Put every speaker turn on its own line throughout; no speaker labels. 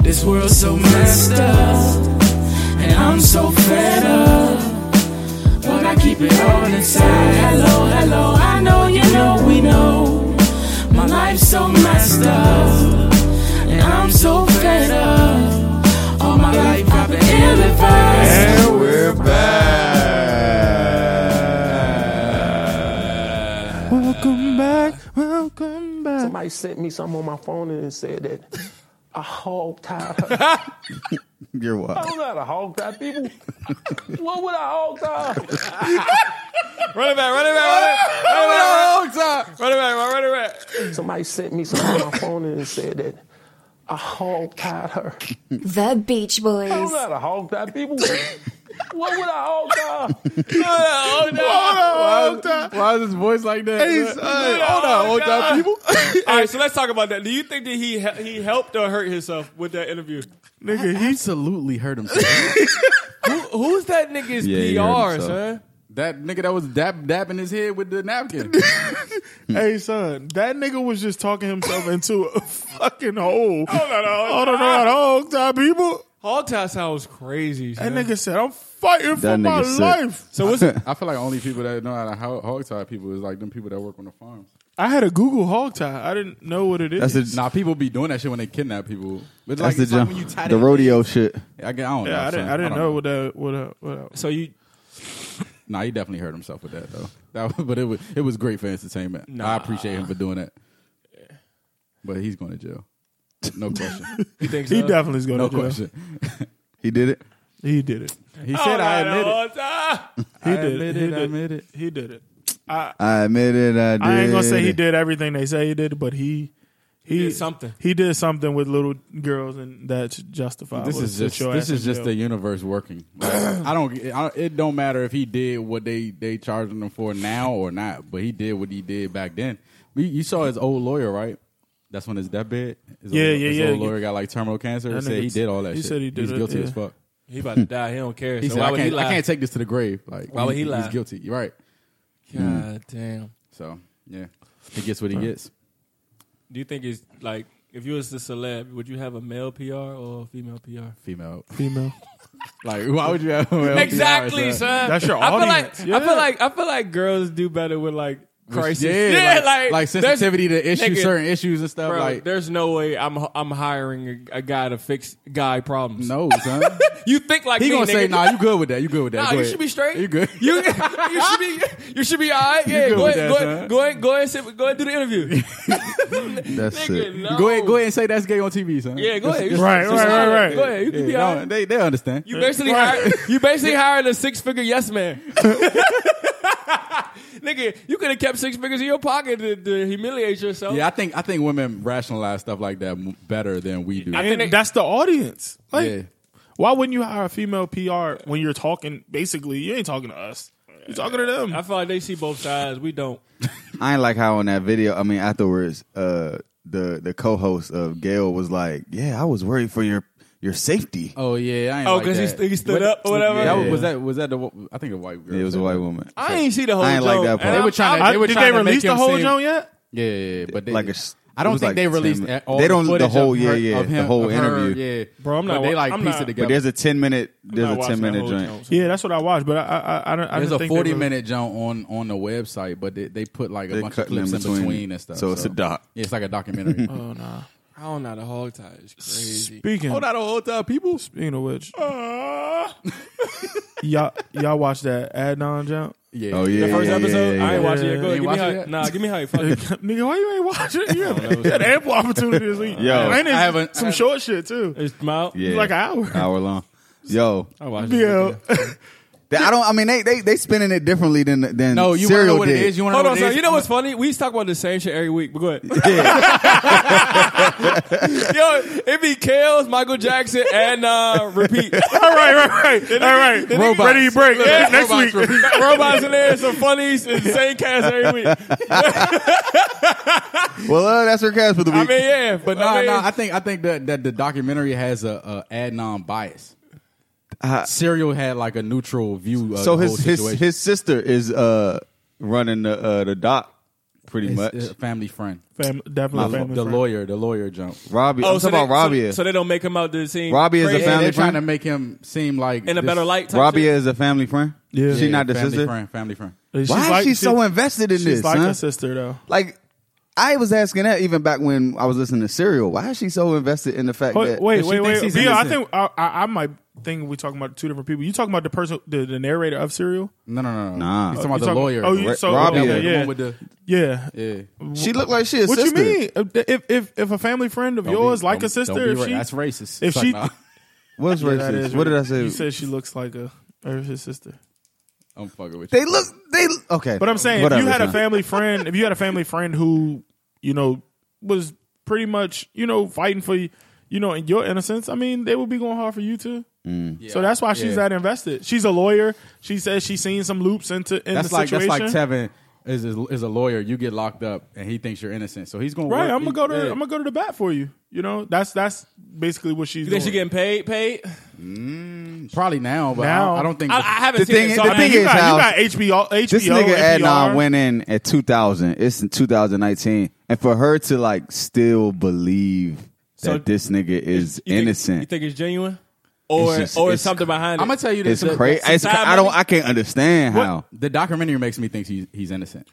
this world so messed up, and I'm so fed up. But I keep it all inside. Hello, hello, I know you know we know. My life's so messed up, and I'm so fed up. All my life I've been ill advised.
And we're back. Welcome back. Welcome back.
Somebody sent me something on my phone and it said that I hog tied her.
You're
I
what?
don't know how to hog tie people. what would I hog tie?
Run it back, run it back, run it back, run it back,
Somebody sent me something on my phone and it said that I hog tied her.
The Beach
I
Boys.
don't know how to hog tie people. what would I hog tie?
Oh no!
Hold on,
Why is his voice like that?
He's, uh, hold on, hold on, people.
All right, so let's talk about that. Do you think that he he helped or hurt himself with that interview?
Nigga, he absolutely hurt himself.
Who's that nigga's
Yeah, he hurt
PR,
himself.
son?
that nigga that was dab, dabbing his head with the napkin.
Hey son, that nigga was just talking himself into a fucking hole.
Hold on,
I
hold
don't know how to hog tie people.
Hog tie sounds crazy. Son.
That nigga said, "I'm fighting for
That
my
nigga sick.
life."
So what's it?
I feel like only people that know how to ho- hog tie people is like them people that work on the farms.
I had a Google hog tie. I didn't know what it is.
That's the,
Nah, people be doing that shit when they kidnap people. But like,
that's the
it's like
jump.
when you tie
the
that-
rodeo shit.
I, get- I don't know.
yeah, I didn't,
son.
I didn't
don't
know what that what that, what that.
So you
Nah, he definitely hurt himself with that though. That, was- but it was it was great for entertainment. I appreciate him for doing that. But he's going to jail. No question.
you think so?
He definitely is going
no
to jail.
question.
He did it.
He did it.
He
Oh,
Oh,
said, "I admit it."
it.
He
admit
did it. He
it, I
did
admit it.
He did it.
I admit it. I did.
I ain't gonna say he
it.
did everything they say he did, but he he,
did something.
He did something with little girls, and that's justified.
This
Let's
is
sit
just
your ass
this is
in
just the
jail.
universe working. Like, I don't. I, don't- it don't matter if he did what they they charging him for now or not, but he did what he did back then. You, you saw his old lawyer, right? That's when his deathbed. His
Yeah,
old,
yeah,
his
yeah.
Old lawyer got like terminal cancer.
That
and said
nigga-
he did all that.
he
shit.
said he did
He's
it,
guilty
yeah.
as fuck.
He about to die. He don't care.
He
so
said,
why
I
would he
can't,
lie?
I can't take this to the grave. Like,
Why would he
He's
lie?
guilty. You're right.
God damn.
So yeah, he gets what he gets.
Do you think it's like if you was a celeb, would you have a male PR or a female PR?
Female.
female.
Like, why would you have a male
Exactly,
PR, son?
son.
That's your
I feel
audience.
like
Yeah.
I feel like I feel like girls do better with like crisis.
Yeah, like, like,
there's-
sensitivity to issues,
nigga,
certain issues and stuff.
Bro,
like,
there's no way I'm I'm hiring a, a guy to fix guy problems.
no, son.
you think like
He
me,
gonna
nigga.
say, "Nah, you good with that? You good with that?
Nah,
Go
you
ahead.
should be straight.
You good?
You, you should be you should be all right. Yeah,
good
go
with
ahead,
that,
go, ahead,
son.
go ahead, go ahead, sit, go ahead, do the interview.
That's
Nigga,
it.
no.
Go ahead, go ahead and say that's gay on TV, son.
Yeah, go ahead. You
Right,
should-
right, right, right.
Go ahead, you
Yeah,
can be
no,
all right.
they they understand.
You basically hired, you basically hired a six figure yes man. Nigga, you could have kept six figures in your pocket to, to humiliate yourself.
yeah, I think I think women rationalize stuff like that m- better than we do.
I think
And
they-
that's the audience. Like,
Yeah.
why wouldn't you hire a female PR when you're talking? Basically, you ain't talking to us. You're talking to them.
I feel like they see both sides. We don't.
I ain't like how on that video. I mean, afterwards, uh, the the co-host of Gail was like, "Yeah, I was worried for your your safety."
oh yeah, I ain't
Oh,
like
'cause he
that.
st- he stood
What-
up or whatever?
That was,
Yeah.
was that was that the wa- I think a white girl.
it was a
said
white
that.
woman.
I ain't see the whole.
I ain't like
joke.
that part.
And
They
I'm-
were trying to-
I'm-
I-
they were
did
trying
they
to make
release the
him
whole
seem-
joint yet?
Yeah, yeah, yeah, but they,
Like a s-
I don't
it was
think
like
they
10
released
minutes.
all
They
the
don't- the
footage of
whole-
her-
yeah, yeah,
of
the
him-
whole
of her,
interview.
Yeah,
Bro, I'm
But
not
They
wa-
like
I'm
piece
not-
it
But
together.
there's a ten minute. There's
not
a
watching
ten minute
that whole
joint.
Yeah, that's what I watched, but I I I, don't- I
There's
didn't
a
think
40
they were-
minute jump on on the website, but they, they put like a
They
bunch of
cut
clips in between, and stuff.
So it's a doc.
Yeah, it's like a documentary. Uh,
Oh nah. I don't know the hog tie is crazy.
Speaking,
Oh,
Hold on, hold up, people.
speaking of which, y'all y'all watch that Adnan jump?
Yeah.
Oh yeah,
The first
yeah,
episode,
yeah,
I ain't
yeah.
watching it. Go
You
ahead,
ain't
give me
watching
how.
yet?
Nah, give me how you fuck it.
Nigga, why you ain't watching? You had, you had ample opportunity this week.
Yo,
and it's
I haven't-
some short shit too. It's
It's my.
Yeah. Uh,
like an hour.
hour long. Yo,
I watched it.
Yeah,
They- I don't. I mean, they they they spinning it differently than than
No, Oh, you want to know
serial
what
did.
it is? You want to
Hold
know
on,
what
sir.
it is?
You know what's funny? We used to talk about the same shit every week. But go ahead. Yo, it be Kales, Michael Jackson, and uh, repeat.
all right, right, right, all right.
Robots.
Ready to break
Yeah,
next
robots
week.
Robots in there, some funnies, and the same cast every week.
well, uh, that's her cast for the
I
week.
mean, yeah, but
No,
I mean, oh,
no, I think I think that, that the documentary has a, a Adnan bias.
Uh,
Serial had like a neutral view. Of
so
the whole
his his
situation.
his sister is uh running the uh, the doc. pretty much.
It's a family friend.
Fam-
The,
definitely family
the
friend.
lawyer, the lawyer jump.
Robbie,
Oh,
I'm talking about
they,
Robbie.
So, so they don't make him out to seem
Robbie is a
crazy
Yeah,
family
they're trying
friend?
to make him seem like
in a
this-
better light. type
Robbie
shit?
is a family friend.
Yeah.
she not the
family
sister.
friend, family friend.
She's
Why
like-
is she so
she-
invested in
She's
this?
like
huh?
her sister though.
Like, I was asking that even back when I was listening to Serial. Why is she so invested in the fact
Wait,
that
wait,
she
wait,
thinks
wait.
he's
Vio, I
innocent.
think I, I, I might think we're talking about two different people. You talking about the person, the, the narrator of Serial?
No, no, no, no.
Nah.
He's
Oh,
talking about
you
the
talking-
lawyer.
oh, you-
Right.
so-
Robbie,
yeah,
yeah,
the
yeah.
one with the
Yeah.
yeah.
she looked like she a
What
sister?
you mean? If if if a family friend of
Don't
yours,
be-
like a
don't-
sister,
don't be
if
ra-
she,
that's racist.
if
It's like,
she-
nah.
What's
Yeah, that
racist?
is
what did I
racist.
say?
You said she looks like a or his sister.
I'm fucking with you.
they look. They okay.
But I'm saying, if
Whatever,
you had a
son.
family friend, if you had a family friend who, you know, was pretty much, you know, fighting for you, you know, in your innocence, I mean, they would be going hard for you too.
Mm.
So that's why she's
Yeah.
that invested. She's a lawyer. She says she's seen some loops into in
That's
the
like
situation.
that's like Tevin is, is is a lawyer. You get locked up, and he thinks you're innocent, so he's going Work,
right? I'm gonna go to
yeah.
I'm gonna go to the bat for you. You know, that's that's basically what she's
You think she
doing.
getting paid? Paid?
probably now, but I,
Now.
don't, I don't think.
I, I haven't
The
seen
thing
it.
is-
so
the
I
I mean,
thing
you
is, Hal,
got, you got HBO, HBO,
This nigga
NPR.
Adnan went in at 2000. It's in 2019, and for her to like still believe
So-
that this nigga is
You think-
innocent,
you think it's genuine, or
It's just-
or
it's-
it's something behind it?
I'm gonna tell you this.
it's
The,
crazy.
that's
It's,
the side
I don't.
money.
I can't understand how
the documentary makes me think he's he's innocent.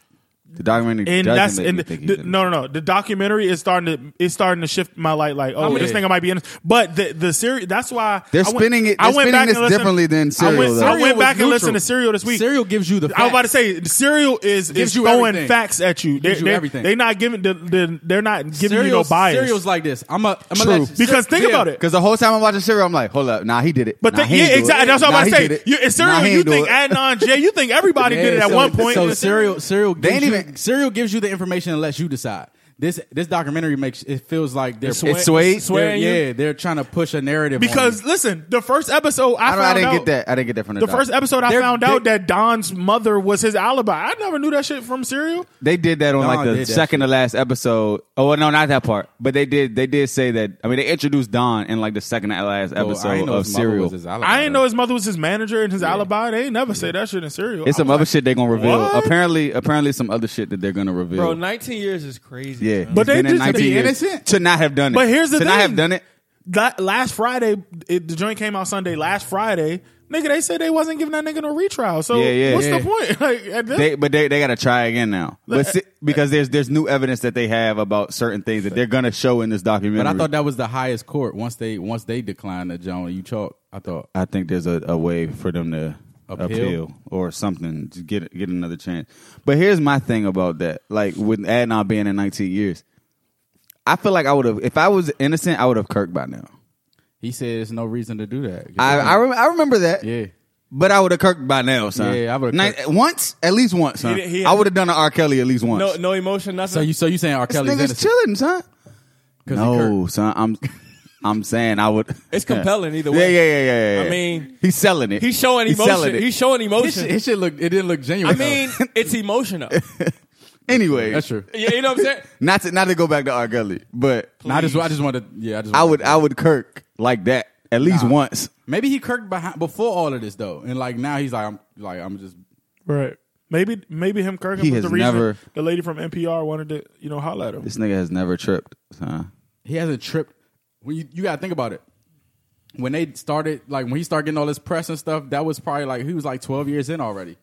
the documentary
and
doesn't
that's
make
and
me
the,
think he's
the-
innocent.
no no no the documentary is starting to it's starting to shift my light like oh
many-
this thing I might be in but the the series that's why
They're
I went-
spinning it-
I
they're
went
spinning
back
this
and listened-
differently than
I
Serial,
went,
though.
I
Serial
went
was
back and
neutral.
listened to Serial this week
Serial gives you the. Facts.
I was about to say Serial is is
Gives you
throwing
everything.
facts at you they're,
Gives you
they're,
everything.
they're not giving the, the, they're not giving you no
Serial's-
bias
Serial's like this. I'm a. I'm
True.
a
Because think about it.
Because the whole time I'm watching serial, I'm like, hold up, nah, he did it.
but
nah,
the-
he ain't
yeah
do it.
exactly that's what
Nah,
I'm
he
about to
did
say
it.
you, in
Nah,
Serial
he
you
ain't do
think
it.
Adnan Jay you think everybody did it
Yeah,
at
so-
one point in
So
the
serial, serial gives
ain't
you,
even-
serial gives you the information and lets you decide. This this documentary makes it feels like they're
swear-
It's Swayze?
they're-
swearing you?
yeah they're trying to push a narrative on
because
you.
listen the first episode I,
I,
found
don't, I didn't
out,
get that. I didn't get that from the,
The
doc.
first episode, I
They're-
found out
they-
that Don's mother was his alibi. I never knew that shit from Serial.
They did that on
No,
like
I
the
did that
second to last episode. Oh well, no, not that part. But they did. They did say that. I mean, they introduced Don in like the second to last
So I
episode
ain't know
of
his mother
Serial.
was his alibi,
I didn't
though.
know his mother was his manager and his alibi. They ain't never say that shit in Serial. I
It's some
was
other shit they're gonna reveal.
what?
Apparently, apparently some other shit that they're gonna reveal.
bro, 19 years is crazy.
yeah,
son.
But
he's
they
been in
just- to
19
be
years.
innocent?
to not have done it.
But here's the
to not
thing.
have done it.
like, la- last Friday, it, the joint came out Sunday. Last Friday, nigga, they said they wasn't giving that nigga no retrial. So
Yeah, yeah,
what's
yeah.
the point? Like at this,
They, but they, they got to try again now, but
But-
see, because there's there's new evidence that they have about certain things that they're gonna show in this documentary.
But I thought that was the highest court. Once they once they declined the John, you chalk. I thought
I think there's a, a way for them to appeal,
Appeal?
or something to get get another chance. But here's my thing about that: like with Adnan being in 19 years, I feel like I would have if I was innocent, I would have kirked by now.
he said there's no reason to do that.
I I, rem- I remember that,
yeah.
but I would have kirked by now, son.
Yeah, I would've
Ni-
kirked.
once at least once, son.
He did- he had-
I would have done an R. Kelly at least once.
No, no emotion, nothing.
So you so you saying R.
this
Kelly's
nigga's
innocent?
chilling, son.
'cause he
No,
Kirk.
son, I'm I'm saying I would.
It's compelling either
Yeah,
way.
yeah, yeah, yeah. yeah, yeah.
I mean,
he's selling it.
he's showing
He's selling
emotion.
it.
He's showing
his, shit-
emotion.
his shit look it didn't look
I
genuine. though.
mean, it's emotional.
anyway,
that's true.
Yeah, you know what I'm saying?
Not to not to go back to R. Kelly, but
Nah, I just I just wanted yeah. I just
I
wanted-
would I would Kirk like that at least
Nah.
once.
Maybe he kirked behind before all of this though, and like now he's like I'm like I'm just
right? Maybe maybe him Kirkham
He
was
has
the reason
never-
the lady from NPR wanted to you know holler at him.
This nigga has never tripped. Huh?
he hasn't tripped. When you you gotta think about it. When they started like when he started getting all this press and stuff, that was probably like he was like 12 years in already.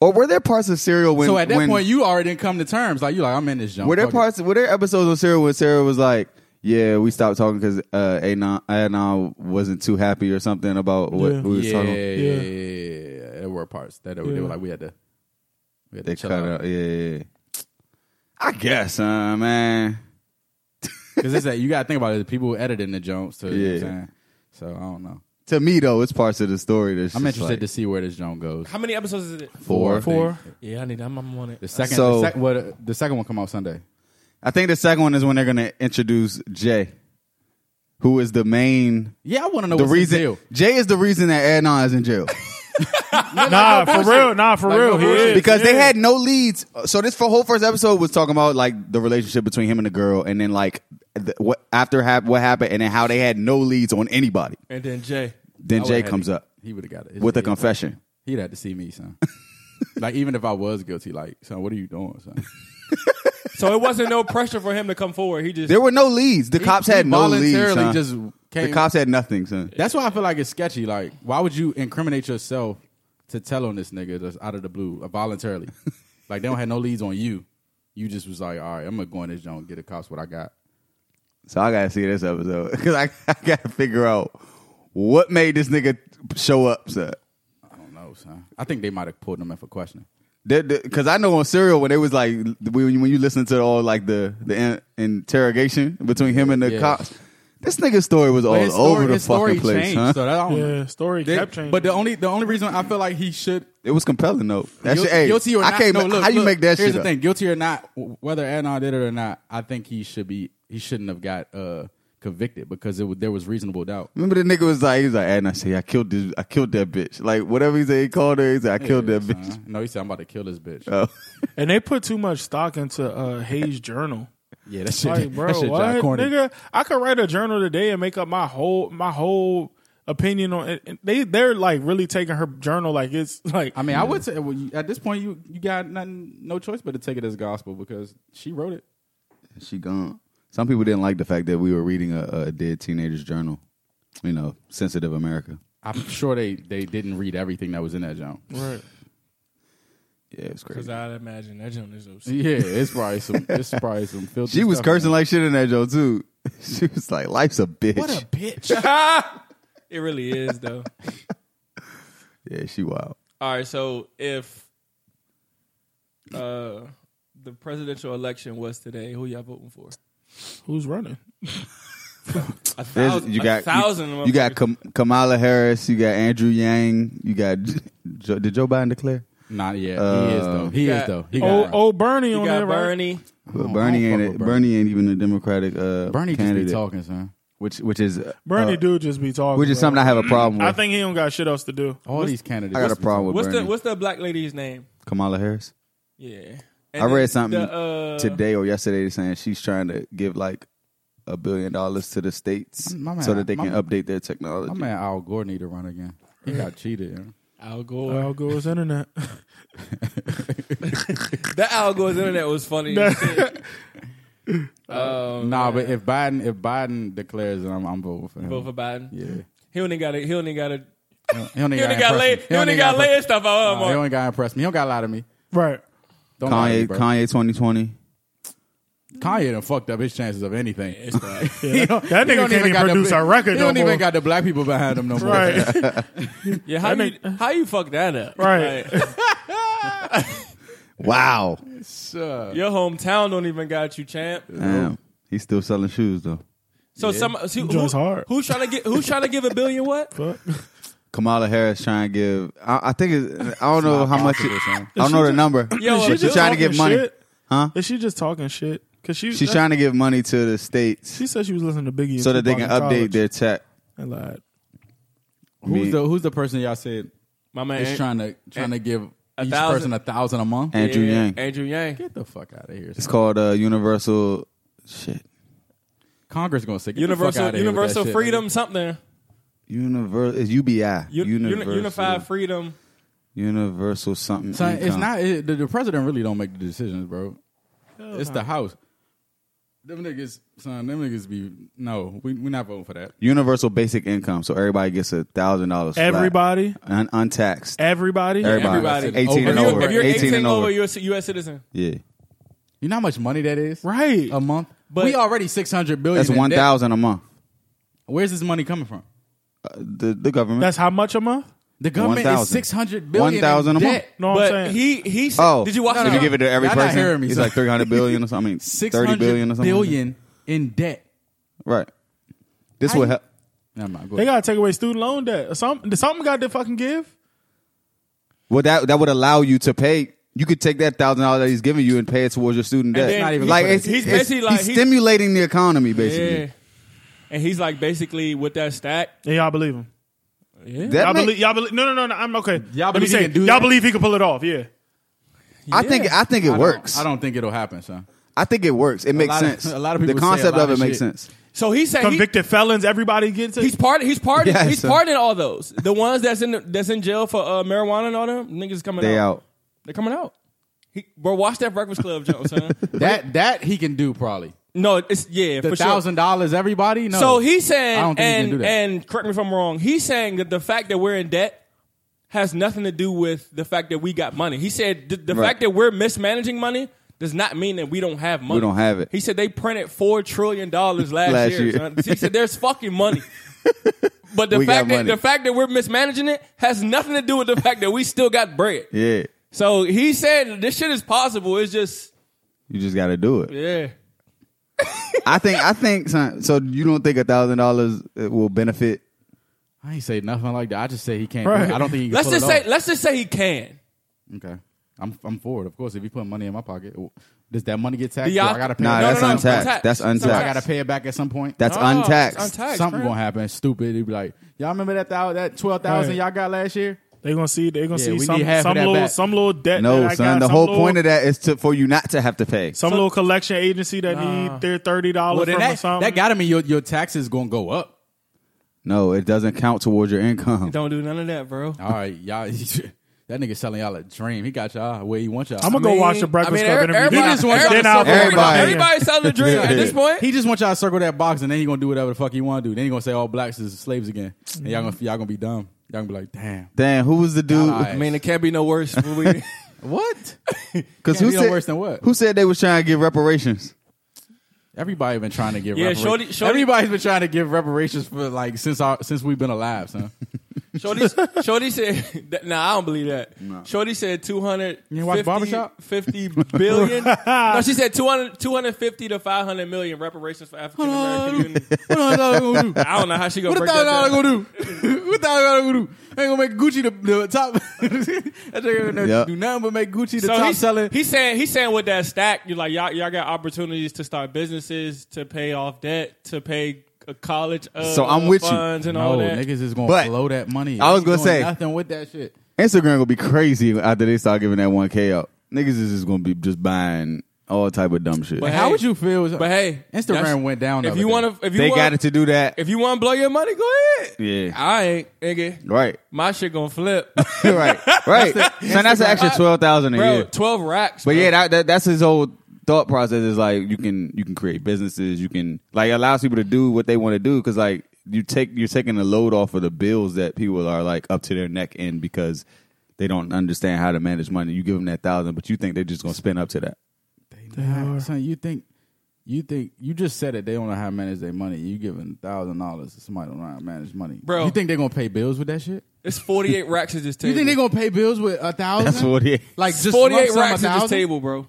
Or were there parts of Serial when?
so at that
when-
point, you already didn't come to terms. Like you like I'm in this jump.
were there
Fuck it.
parts? Were there episodes of Serial when Sarah was like, "Yeah, we stopped talking because uh, Adnan, Adnan wasn't too happy or something about what
Yeah.
we was
yeah,
talking."
yeah, yeah, yeah. There were parts that they were, they were
Yeah.
like, we had to, we had
They
to chill
cut out. Yeah, yeah, yeah. I guess, uh, man.
Because it's that you got to think about it. The people editing the jokes, so you know what I'm
Yeah.
saying? So I don't know.
To me though, it's parts of the story that's.
I'm
just
interested
like,
to see where this joke goes.
How many episodes is it?
Four.
I think.
Four.
Yeah, I need. I'm, I'm on
The
it.
second,
So-
the, sec, what, uh, the second one come out Sunday.
I think the second one is when they're gonna introduce Jay, who is the main
Yeah, I want to know
the
what's
reason
his deal.
Jay is the reason that Adnan is in jail
Nah, for real, nah, for
Like, no
real. he
bullshit.
is.
because they
Yeah.
had no leads. So this for whole first episode was talking about like the relationship between him and the girl, and then like the, what after hap- what happened, and then how they had no leads on anybody.
And then Jay.
Then
I
Jay
would've had
comes
to-
up
He would have got it
with a
He'd-
confession.
He'd have to see me, son. like even if I was guilty, like son, what are you doing, son?
So it wasn't no pressure for him to come forward. He just
There were no leads. The cops
He
had no leads.
voluntarily
Son.
just came.
the cops had nothing, son.
That's why I feel like it's sketchy. Like, why would you incriminate yourself to tell on this nigga that's out of the blue uh, voluntarily? like they don't have no leads on you. You just was like, all right, I'm gonna go in this joint, get the cops what I got.
So I gotta see this episode because I, I gotta figure out what made this nigga show up, son.
I don't know, son. I think they might have pulled him in for questioning.
Because I know on Serial when they was like when, when you listen to all like the the in, interrogation between him and the
Yeah.
cops, this nigga's story was all
But his story-
over the
his story
fucking place.
changed,
huh?
so that I don't
Yeah, story
They-
kept changing.
But the only the only reason I feel like he should
It was compelling though. That
guilty,
shit, hey,
guilty or
I
not,
can't.
no,
ma-
look,
how you
look,
make that
Here's
shit?
the
up?
thing: guilty or not, w- whether Adnan did it or not, I think he should be. He shouldn't have got uh, convicted because it, w- there was reasonable doubt.
Remember the nigga was like, he was like, and I say, I killed this, I killed that bitch. Like whatever he said, he called her. He said, I killed that
Yeah,
bitch.
son. No, he said I'm about to kill this bitch.
Oh.
and they put too much stock into uh, Hayes' journal.
yeah, that shit.
Like, bro,
that shit dry
what,
corny.
nigga? I could write a journal today and make up my whole my whole opinion on it. And They they're like really taking her journal like it's like
I mean, I would say well, you, at this point you you got nothing, no choice but to take it as gospel because she wrote it.
she gone. Some people didn't like the fact that we were reading a, a dead teenager's journal. You know, sensitive America.
I'm sure they they didn't read everything that was in that junk.
right.
Yeah, it was
because
crazy.
I'd imagine that gentleman is obscene.
Yeah, it's probably some. It's probably some filthy.
She was
stuff in
cursing like shit in that joke too. She was like, "Life's a bitch."
bitch.
It really is though.
yeah, she wild.
All right, so if uh the presidential election was today, who y'all voting for?
Who's running?
A
There's-
thousand,
you got
a thousand.
You,
of
you got
motherfuckers.
Kam- Kamala Harris. You got Andrew Yang. You got Joe, did Joe Biden declare?
there. Not yet. he is
Uh,
though. He
got-
is though. He
Oh,
got,
oh, Bernie on
you got
there, right?
Bernie.
But
don't-
Bernie
I don't fuck
ain't it,
with
Bernie.
Bernie.
ain't even a Democratic uh,
Bernie just
candidate,
be talking, son.
which which is uh,
Bernie do just be talking.
which is
bro.
something I have a problem with.
I think he don't got shit else to do.
All these candidates.
I got a problem with
What's
Bernie.
the what's the black lady's name?
Kamala Harris.
Yeah,
I read something
uh,
today or yesterday saying she's trying to give like a billion dollars to the states
My man-
so that they
my
can
man-
update their technology.
My man Al Gore need to run again. He got cheated. yeah.
Al Gore.
Well, go his internet.
that Al Gore's internet was funny. as shit. um,
Nah, but if Biden if Biden declares, then I'm, I'm voting for him.
vote for Biden.
Yeah.
He only got it. He only got it.
He only
He only
got,
got
impressed
laid.
me.
He only got laid stuff out
Nah, he
of him.
only got impressed me. He don't got a lot of me.
right.
Don't lie to me,
Kanye
bro.
Kanye twenty twenty.
Kanye done fucked up his chances of anything.
Yeah, that that
He
nigga
don't
can't even
got the
produce
big-
a record
He
no
don't
more.
even got the black people behind him no more.
right.
Yeah, how you how you fuck that up?
Right.
Like,
Wow.
Sure.
your hometown don't even got you, champ.
Damn. He's still selling shoes though.
So some so who,
Joint's hard.
who's trying to get who's trying to give a billion what?
Kamala Harris trying to give. I, I think it's, I don't know how much. It, I don't know the number.
Yo,
But
she
she's
just
trying to give
talking
money.
shit?
Huh?
Is she just talking shit? Cause she
She's trying to give money to the states
She said she was listening to Biggie, and
so that they
Tupac
can
in college.
update their tech.
I lied.
Me.
Who's the Who's the person y'all said
My man
is trying to trying to give each
thousand.
person a thousand a month?
yeah,
Andrew Yang.
Andrew Yang.
Get the fuck out of here.
It's called uh, Universal. Shit.
Congress gonna say get the fuck
Universal
outta here with that
Universal
shit,
Freedom
nigga.
something.
Universal. It's UBI.
U- uni-
Universal.
Unified Freedom.
Universal something.
Son, it's
income.
not it, the, the president really don't make the decisions, bro. it's the House. Them niggas, son. Them niggas be no. We we not voting for that.
Universal basic income. So everybody gets a thousand dollars. flat.
Everybody,
Un- untaxed.
everybody.
Everybody.
Everybody. 18
If,
and
Over.
you,
over.
if you're 18,
and
over,
over.
you're a c- U.S. citizen.
yeah.
You know how much money that is,
Right.
A month.
But-
But we already six hundred billion.
That's
in
one
debt.
thousand a month.
Where's this money coming from?
Uh, the the government.
That's how much a month?
The government is
1,000.
six hundred billion.
1,000
in
a month.
debt.
No, I'm
But
saying
he he said-
oh,
did you watch
No,
the
If you
show?
give it to every
Y'all not
person,
hearing me,
it's
son.
like three hundred billion or something. I mean,
Six
thirty
hundred
billion or something. like that.
billion in debt.
Right. This would help.
Never mind. Go
they
ahead.
gotta take away student loan debt. Or Something, something got to fucking give.
Well, that that would allow you to pay. You could take that thousand dollars that he's giving you and pay it towards your
And
student debt.
then- It's not
even
like
good.
it's,
He's
it's-
basically like-
he's
he-
stimulating the economy. Basically,
Yeah. And he's like basically with that stack.
And y'all believe him.
That
Y'all
make-
believe, y'all believe, no, no, no, no, I'm okay.
Y'all
Let me
believe he
say,
can do
y'all
that?
believe he can pull it off, yeah.
I think I think it
I don't-
works.
I
I,
don't think it'll happen, son.
think it works. It makes
lot of-
sense.
a lot of
the
people say a
concept
lot
of it
of
makes
shit.
sense.
So he said he,
Convicted felons, everybody gets it.
he's part he's part
Yeah,
he's
so-
pardoning all those. The ones that's in the, that's in jail for uh, marijuana and all them niggas coming
They
out.
out.
They're coming out. He, bro, watch that Breakfast Club jump, son.
That that he can do probably.
no, it's yeah,
The
for sure.
thousand dollars, everybody. No.
So he's
I don't
saying,
think he can do
and
that.
and correct me if I'm wrong. He's saying that the fact that we're in debt has nothing to do with the fact that we got money. He said the, the
Right.
fact that we're mismanaging money does not mean that we don't have money.
don't have it.
He said they printed four trillion dollars last,
Last
year.
year.
son. He said there's fucking money. But the
We got
fact that
money.
the fact that we're mismanaging it has nothing to do with the fact that we still got bread.
Yeah,
So he said this shit is possible. It's just
you just got to do it.
yeah.
I think. I think. son, So you don't think a thousand dollars uh, will benefit?
I ain't say nothing like that. I just say he can't.
Right.
Do it. I don't think he. Can
Let's
pull it
just say
off.
let's just say he can.
Okay. I'm I'm for it. Of course, if you put money in my pocket, w- does that money get taxed?
Do y'all-
Or I gotta pay.
Nah,
it
No,
back?
that's
no, no,
untaxed.
untaxed.
That's untaxed.
I gotta pay it back at some point.
That's
No, it's
untaxed.
untaxed.
Something
bro.
gonna happen. Stupid. He'd be like, y'all remember that thou- that twelve thousand
Right.
y'all got last year?
They gonna see. They gonna
Yeah, we
see
need
some
half of
some
that
little
back.
some little debt.
No,
that I
son.
got,
the
some
whole
little,
point of that is to for you not to have to pay.
some little collection agency that need their thirty dollars
Well,
from
then
or
that,
something.
that gotta mean your your taxes gonna go up.
No, it doesn't count towards your income.
Don't do none of that, bro.
All right, y'all. That nigga selling y'all a dream. He got y'all where he wants y'all.
I'm gonna
I
go
mean,
watch the Breakfast
I mean,
Club
every-
interview.
everybody-
Then I'll-
everybody-
then I'll-
everybody-
Everybody's selling the dream at this point.
he just want y'all to circle that box and then he gonna do whatever the fuck he wanna do. Then he gonna say all blacks is slaves again. And y'all gonna y'all gonna be dumb. Y'all gonna be like, damn.
Damn, who was the
Nah,
dude?
I mean, it can't be no worse. but we-
What?
Because
Can't
who
be no
said
worse than what?
Who said they was trying to give reparations?
Everybody been trying to give
Yeah,
reparations.
shorty- shorty-
Everybody's been trying to give reparations for like since our since we've been alive, son.
Shorty, Shorty said, that, "Nah, I don't believe that." Shorty said 200
You watch Barbershop?
50 billion. no, she said 200, 250 to 500 million reparations for African American community.
what a thousand dollar gonna do?
I don't know how she gonna
What a
break
thousand dollar
that down.
gonna do? What a thousand dollar gonna do? Ain't gonna make Gucci the, the top. that nigga gonna
Yep.
do nothing but make Gucci the
So
top
he's,
selling.
he's saying he's saying with that stack, you like y'all y'all got opportunities to start businesses, to pay off debt, to pay a college. Uh,
So I'm with you.
funds and all
no,
that.
niggas is gonna
But-
blow that money.
I was
Ain't
gonna
doing
say-
nothing with that shit.
Instagram gonna be crazy after they start giving that one k out. Niggas is just gonna be just buying all type of dumb shit.
But
How
hey,
would you feel?
But hey, that's-
Instagram went down. the
If
other
you
day.
want to, if you
they
wanna,
got it to do that,
If you want to blow your money, go ahead.
Yeah.
I ain't, nigga.
right?
My shit gonna flip.
right, right. So that's an extra twelve thousand a
Bro,
year.
12 racks.
But
bro.
yeah, that, that that's his whole thought process is like you can you can create businesses, you can like it allows people to do what they want to do because like you take you're taking the load off of the bills that people are like up to their neck in because they don't understand how to manage money. You give them that thousand, but you think they're just gonna spend up to that.
Nah, Ah, son, you think you think you just said it. They don't know how to manage their money. You giving thousand dollars to somebody who don't know how to manage money,
Bro.
You think they're gonna pay bills with that shit?
it's 48 racks at this table.
You think they're gonna pay bills with a thousand?
That's what it is.
Like just
48
lump sum
racks at this
1,000?
table, bro.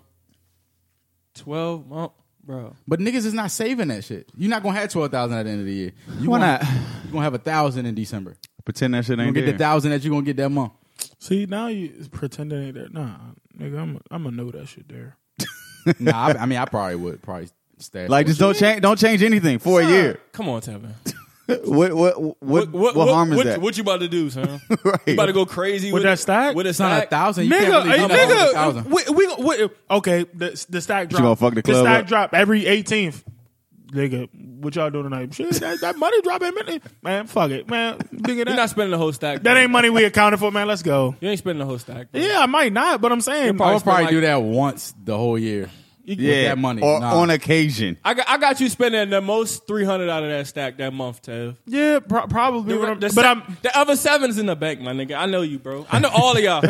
12, oh, bro.
But niggas is not saving that shit. You're not gonna have twelve thousand at the end of the year. You
Why
gonna,
not?
You gonna have a thousand in December.
Pretend that shit
You
ain't
gonna get
there.
the thousand that you are gonna get that month.
See now you pretending ain't there. Nah, nigga, I'm I'm gonna know that shit there.
nah, I, I mean I probably would probably stash.
like just don't change don't change anything for a year.
Come on, Tevin.
What what what what, harm is
what,
that?
What you about to do, son?
Right.
You about to go crazy with,
With that stack?
With a
It's
Son,
stack?
a thousand. You
nigga,
can't really
hey,
come up with a
nigga,
thousand.
we, we, we, okay. The, the stack drop.
gonna fuck the club
stack
up?
drop every 18th. Nigga, what y'all doing tonight? Shit, that, that money drop ain't money. Man, fuck it, man. Nigga,
You're
that,
not spending the whole
that
stack. bro.
ain't money we accounted for, man. Let's go.
You ain't spending the whole stack. Bro.
Yeah, I might not, but I'm saying
I
probably
would probably do
spend like-
that once the whole year.
yeah,
that money.
or
Nah.
on occasion.
I got, I got you spending the most 300 out of that stack that month, Tev.
yeah, pro- probably. But I'm,
The,
but
se-
I'm
the other seven's in the bank, my nigga. I know you, bro. I know all of y'all.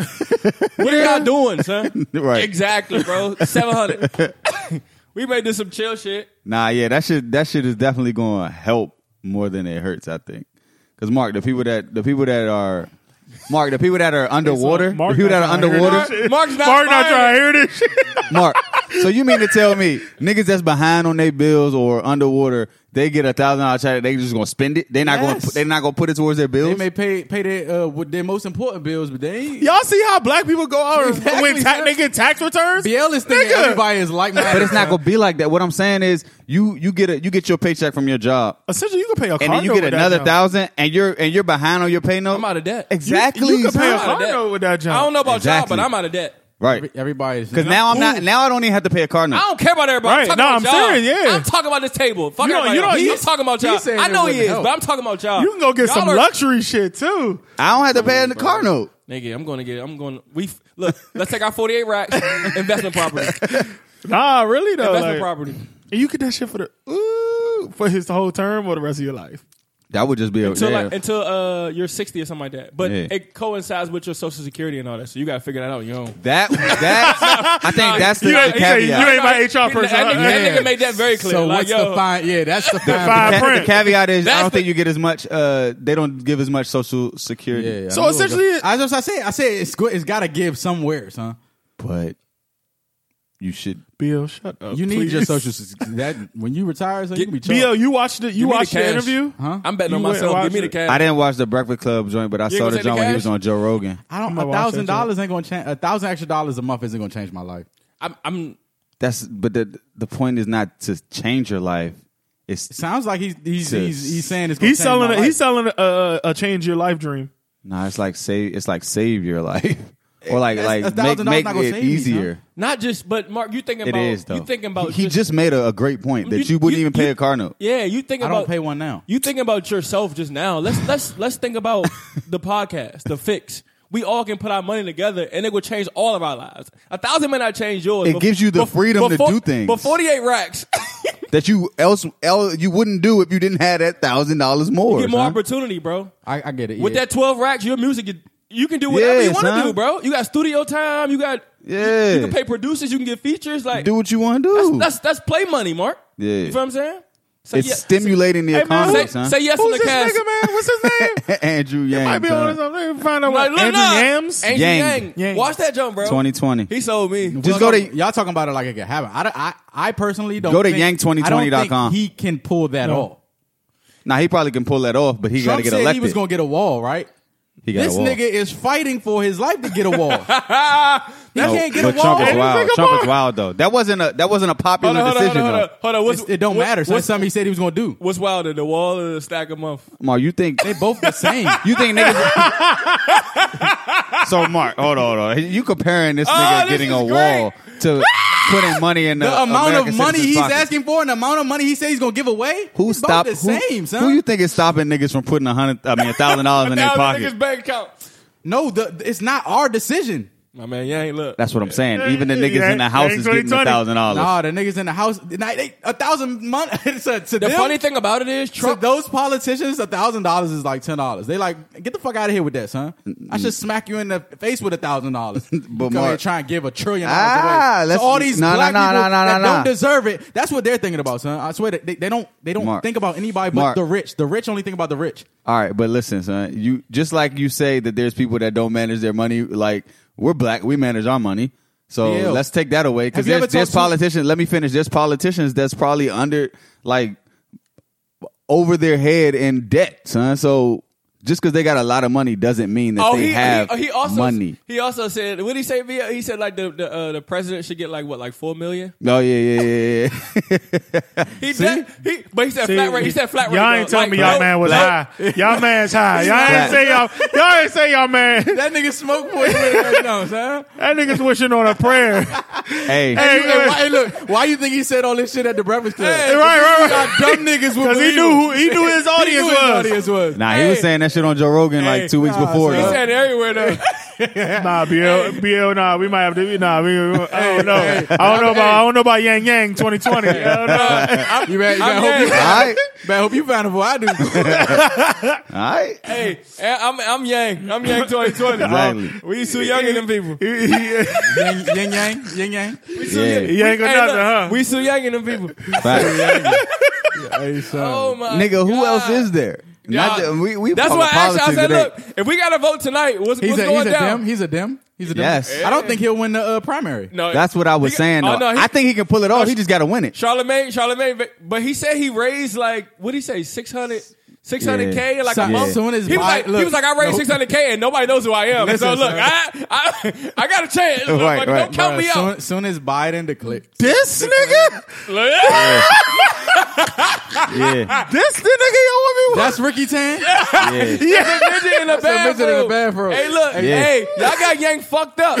what are y'all doing, son?
Right.
Exactly, bro. Seven hundred. we may do some chill shit.
Nah, yeah, that shit that shit is definitely going to help more than it hurts, I think. Cuz Mark, the people that the people that are Mark, the people that are underwater,
Mark
the people that
not trying
are
to hear
underwater,
that shit.
Mark's not
Mark not
fired.
trying to hear this shit.
Mark. So you mean to tell me niggas that's behind on their bills or underwater, they get a thousand dollar check, they just gonna spend it? They not
Yes.
gonna they not gonna put it towards their bills.
They may pay pay their uh, with their most important bills, but they ain't.
Y'all see how black people go out and-
Exactly,
when ta-
sir.
they get tax returns?
BL is thinking
Nigga.
everybody is like minded.
but it's not gonna be like that. What I'm saying is, you you get a you get your paycheck from your job,
Essentially, you can pay a car
and then you
note
get
with that
another
job.
thousand, and you're and you're behind on your pay note.
I'm out of debt.
Exactly.
You, you can pay a
son.
out of
car
debt.
note with that job.
I don't know about y'all,
Exactly.
but I'm out of debt.
right.
Everybody's
Because now I'm not. Now I don't even have to pay a car
I
note.
don't care about everybody.
Right.
I'm
No,
talking about
I'm
y'all.
serious, yeah.
I'm talking about this table. Fuck
You know-
everybody.
you know,
else. I'm
he's-
talking about
he's saying
y'all. I
it
know he
wouldn't
is,
help.
but I'm talking about y'all.
You can go get
Y'all
some
are-
luxury shit too.
I don't have to pay the car note.
Nigga, I'm going to get. I'm going. to We look. Let's take our 48 racks. investment property. Investment
Nah, really though. like-
property.
and you get that shit for the ooh, for his whole term or the rest of your life.
That would just be a,
Until
yeah.
like until uh you're 60 or something like that. But
Yeah.
it coincides with your social security and all that. So you got to figure that out on your own.
that. That I think that's the,
you
the
ain't- he say you
caveat.
ain't my HR
That nigga,
person.
that
Yeah.
nigga made that very clear.
So
like,
what's
yo,
the fine? Yeah, that's the fine.
fine
Ca-
print.
the caveat is I
That's
don't
the-
think you get as much. Uh, they don't give as much social security.
Yeah,
So
I know it
essentially-
does. I just I said I said it's good. It's got to give somewhere, son.
But you should.
Bill, shut up.
You need
please.
your social security. That when you retire, so you can be chilling.
Bill, you watched it. You
Give me the
watched the,
cash.
interview.
Huh?
I'm betting on
You went and
myself. Give
watched
me the
it.
cash.
I didn't watch the Breakfast Club joint, but I
You ain't
saw
gonna
the
take the
joint when he
cash?
was on Joe Rogan.
I don't. A
gonna watch that
thousand
shit.
dollars ain't gonna change. A thousand extra dollars a month isn't gonna change my life.
I'm, I'm
That's but the the point is not to change your life. It's
Sounds like he's he's
Sis.
he's, he's saying it's. Gonna
He's
change
selling.
My
A,
life.
he's selling a, a, a change your life dream.
nah, it's like save. It's like save your life, or like
That's- a
like
thousand
make
dollars
make
not gonna
it
save me,
easier.
not just, but Mark, you thinking
It
about
is though.
you thinking about
he, he just made a, a great point that you,
You-
wouldn't
you-
even pay
you-
a car note.
yeah. You think
I
about
don't pay one now.
You think about yourself just now. Let's let's let's think about the podcast, the fix. We all can put our money together, and it will change all of our lives. A thousand may not change yours.
It
but-
gives you the
but-
freedom to
but for-
do things.
But forty-eight racks,
That you else el you wouldn't do if you didn't have that thousand dollars more.
get more
son.
opportunity, bro.
I, I get it.
With
yeah.
that twelve racks, your music, you, you can do whatever
Yeah,
you want to
son.
do, bro. You got studio time. You got you-
Yeah.
You, can pay producers. You can get features. Like
do what you want to
that's,
do.
that's that's play money, Mark.
Yeah.
you feel what I'm saying? Say
it's
yes-
stimulating the
Hey, man,
economy,
Say,
son.
say yes to
Who's
the
this
cast.
nigga, man? What's his name?
Andrew Yang.
Might be
son.
on or something. Let me Find out
Like,
what
look,
Andrew
look.
Yams.
Andrew
Yang.
Yang.
Yang.
Watch that jump, bro.
2020.
He sold me.
Just
Y'all
go
talking-
to
y'all talking about it like it can happen. I, don't- I, I personally don't
Go to
think-
yang2020.com.
I don't think He can pull that off.
now. He probably can pull that off, but he got
Trump
to get
said
elected.
he was gonna get a wall, right?
He got
This
a wall.
nigga is fighting for his life to get a wall. he can't get a
but Trump is
wall.
wild.
nigga
Trump
Mark.
is wild though. That wasn't a that wasn't a popular decision though.
Hold on. What's,
It's- It don't
what-
matter. So that's
What's,
something he said he was gonna do.
what's wilder, the wall or the stack of month?
Mark, you think
They both the same.
you think niggas? so Mark, hold on, hold on. You comparing
Oh,
this nigga
this
getting
is
a
great.
wall to putting money in the,
the amount
American
of money
citizen's
he's
pocket.
asking for and the amount of money he said he's gonna give away.
Who
it's both
stop
the
who-
same, son?
Who you think is stopping niggas from putting a hundred? I mean, a thousand dollars in their
Now the
pocket.
nigga's bank account.
no, the, it's not our decision.
My man, you ain't look.
That's what I'm saying. Even the niggas
Yeah,
in the house
yeah,
is getting
2020.
a thousand dollars.
Nah, the niggas in the house, they- they- a thousand month. it's a, to
The
them,
funny thing about it is
to
Trump.
those politicians, a thousand dollars is like ten dollars. They like get the fuck out of here with that, son. I should smack you in the face with a thousand dollars. But
Mark-
Mark, try and give a trillion dollars
Ah,
away.
let's-
so all these
nah, nah,
black
nah,
people
nah, nah,
that
nah, nah.
don't deserve it. That's what they're thinking about, son. I swear that they, they don't they don't
Mark.
think about anybody but
Mark.
the rich. The rich only think about the rich.
All right, but listen, son. You just like you say that there's people that don't manage their money. Like we're black, we manage our money. So
Yeah.
let's take that away
Have
because
you ever
there's, there's
talked to-
politicians. Let me finish. There's politicians that's probably under like over their head in debt, son. So just because they got a lot of money doesn't mean that
Oh,
they
he,
have
he, he also
money.
He also said, what did he say? Via? He said like the the, uh, the president should get like what, like four million.
Oh yeah, yeah, yeah, yeah.
He did. He, but he said flat rate. He said flat rate.
Y'all
though.
ain't telling me
Like,
y'all
no,
man was
no.
high. Y'all man's high. Y'all ain't
Black.
say y'all. Y'all ain't say y'all man.
That nigga smoke poison right now, son.
That nigga's wishing on a prayer.
hey,
Hey,
Hey, why, hey, look, why you think he said all this shit at the Breakfast Club?
right, right, right.
Y'all dumb niggas would
Because
believe
he knew
him.
who he knew his
He knew
audience
his
was.
audience was.
nah, he was saying uh, that shit on Joe Rogan like two weeks before.
He
though.
said everywhere though.
Nah, BL, BL, nah, we might have to. Nah, we, I don't know. I don't know about. I don't know about Yang Yang 2020. I don't know.
You better, you better
I'm
hope you,
gay.
all right,
better hope you found him before I do.
all right.
hey, I'm I'm Yang. I'm Yang 2020. bro.
Exactly.
We too young in them people.
He- he-
Yin yin yang, yin yang.
Yeah.
he ain't got
Hey,
nothing,
look,
huh?
We too young in them people.
Facts.
Oh my
Uh, Nigga, who
God.
else is there? Not
Y'all-
that- we, we
That's
talking
why I asked you. I
politics
said,
today.
look, if we got to vote tonight, what's,
He's
what's
a,
going
he's a
down?
dem. He's a dem. He's a dem.
Yes.
I don't think he'll win the uh, primary.
no,
That's what I was
He-
saying.
oh,
Though.
no, he-
I think he can pull it off. He just got to win it.
Charlemagne, Charlemagne, but he said he raised like what did he say, 600 k in like
So-
a month.
yeah. Soon as
he, was
Bi-
like, he
look,
was like, I raised six hundred k and nobody knows who I am.
Listen,
so look,
son.
I, I I got a chance.
Right, right.
Motherfucker, Don't count
Bruh,
me
Uh, soon,
out.
soon as Biden declares,
This nigga,
Look,
Yeah,
This the nigga y'all want me
That's Ricky Tan.
yeah.
Bitch in the
That's a bitch in the
bathroom.
bathroom.
Hey, look,
Yeah.
hey, y'all got Yang fucked up.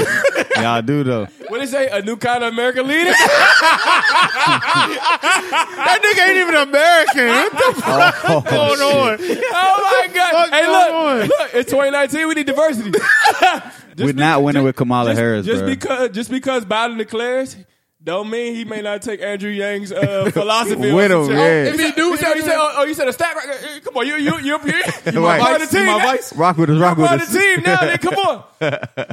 Y'all do though.
What they say? A new kind of American leader?
That nigga ain't even American. What the
Oh,
fuck going on?
Oh my god!
Fuck
hey,
going on?
look, look, it's 2019. We need diversity.
We're not winning with Kamala
just,
Harris,
just
bro.
because just because Biden declares, don't mean he may not take Andrew Yang's uh, philosophy
With
or
him,
some
yeah.
shit. If he do, he said, he said, oh, oh, you said a stat record. Eh, Come on, you you you you, you
Right.
part of the team.
You my
now.
vice? Rock with us, rock
You're
with
part of
us.
the team now. Then come on,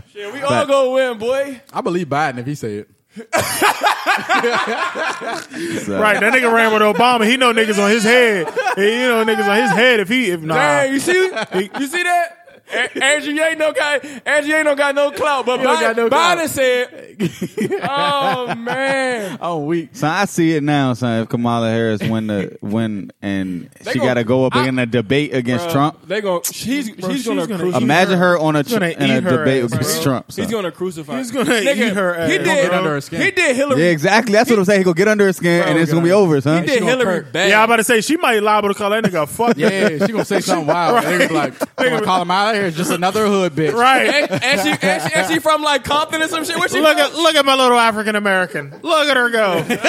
shit, we all
Fact.
gonna win, boy.
I believe Biden if he say it.
Right, that nigga ran with Obama. He know niggas on his head. He you know niggas on his head. If he if
uh,
nah,
Dang, you see, you see that. A- Andrew Yang don't got Andrew Yang don't got no clout, but
don't
Biden,
got no clout.
Biden said, "Oh man,
Oh, weak.
So I see it now, son. If Kamala Harris win the win, and she
gon-
got to go up
I-
in a debate against Trump.
They going she's she's
she's
gonna,
gonna
crucify.
eat
Imagine her on a
She's gonna
tr- in a
eat her
debate
ass,
against
bro.
Trump. son.
he's gonna crucify.
He's gonna eat her ass.
He
Gonna
did.
get
under her skin.
He did Hillary.
yeah, exactly. That's what I'm saying. He gonna get under her skin, and it's gonna be over, son.
He did
gonna
Hillary
crack.
bad.
Yeah, I'm about to say she might liable to call that nigga a fuck.
Yeah, she gonna say something wild. They gonna be like, I'm gonna call him out here. Just another hood bitch.
Right.
and, and she, and, she, and she from like Compton or some shit. Where she
Look
from?
at look at my little African American. Look at her go. look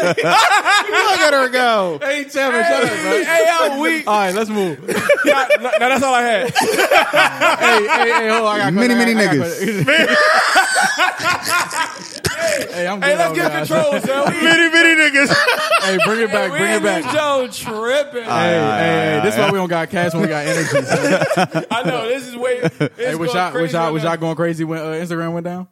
at her go.
Hey, Chapman,
Hey,
shut up, bro. Oh,
hey, how weak.
All right, let's move. hey,
Now, now that's all I had.
hey, hey, hold on. I got
Many,
I got-
many
I got- hey, I'm good.
Hey, let's
over
get
there.
control, son. We,
Bitty bitty niggas.
Hey, bring it back.
we
Bring
in
it back.
this Joe tripping.
Hey, hey, hey, this is why we don't got cash when we got energy. son.
I know this is way. It's
Hey, was
going
y'all, was
crazy
y'all, was
right
y'all going crazy when uh, Instagram went down?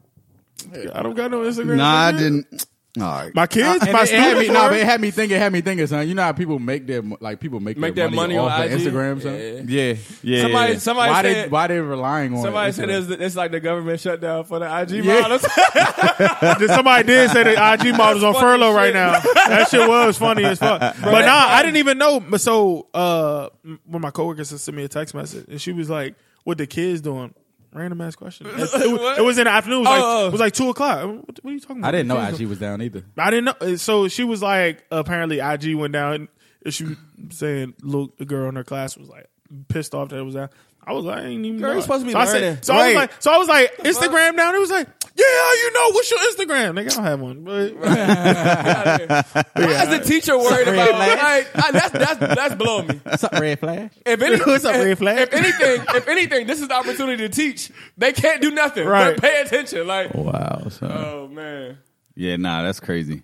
I don't got no Instagram.
Nah, I didn't. All right.
My kids,
Uh,
And
my
it, it had me,
students.
nah,
are-
but it had me thinking, it had me thinking, son. You know how people make their mo- like people make,
Make
their
that money,
off
on
of
IG.
Instagram, son.
Yeah.
Yeah, yeah.
Somebody,
yeah.
somebody
Why they
said.
why they relying on
Somebody said
Instagram?
it's, it's like the government shutdown for the IG
Yeah.
models.
Did- somebody did say the IG models on
That's funny
furlough right
shit.
now. That shit was funny as fuck. But nah, I didn't even know. But So uh, m- one of my coworkers sent me a text message, and she was like, "What the kids doing?" Random ass question. It, it was- it was in the afternoon. It was,
Oh,
like,
oh.
it was like two o'clock. What, what are you talking about?
I didn't know
The kids
IG was down either.
I didn't know. eh, So she was like, apparently IG went down. And she was saying, look, the girl in her class was like pissed off that it was down. I was like, I ain't even.
Girl,
know.
you supposed to be
so I said-
learning.
so I was
Right.
like, so I was like, Instagram down. It was like, yeah, you know, what's your Instagram? Nigga, I don't have one. But
Why is the teacher worried about? Like, I- that's that's that's blowing me.
What's up, red flag?
If, any,
What's up,
if-
red flag?
if anything, if anything, this is the opportunity to teach. They can't do nothing.
Right.
But pay attention. Like,
wow. son.
oh man.
yeah, nah, that's crazy.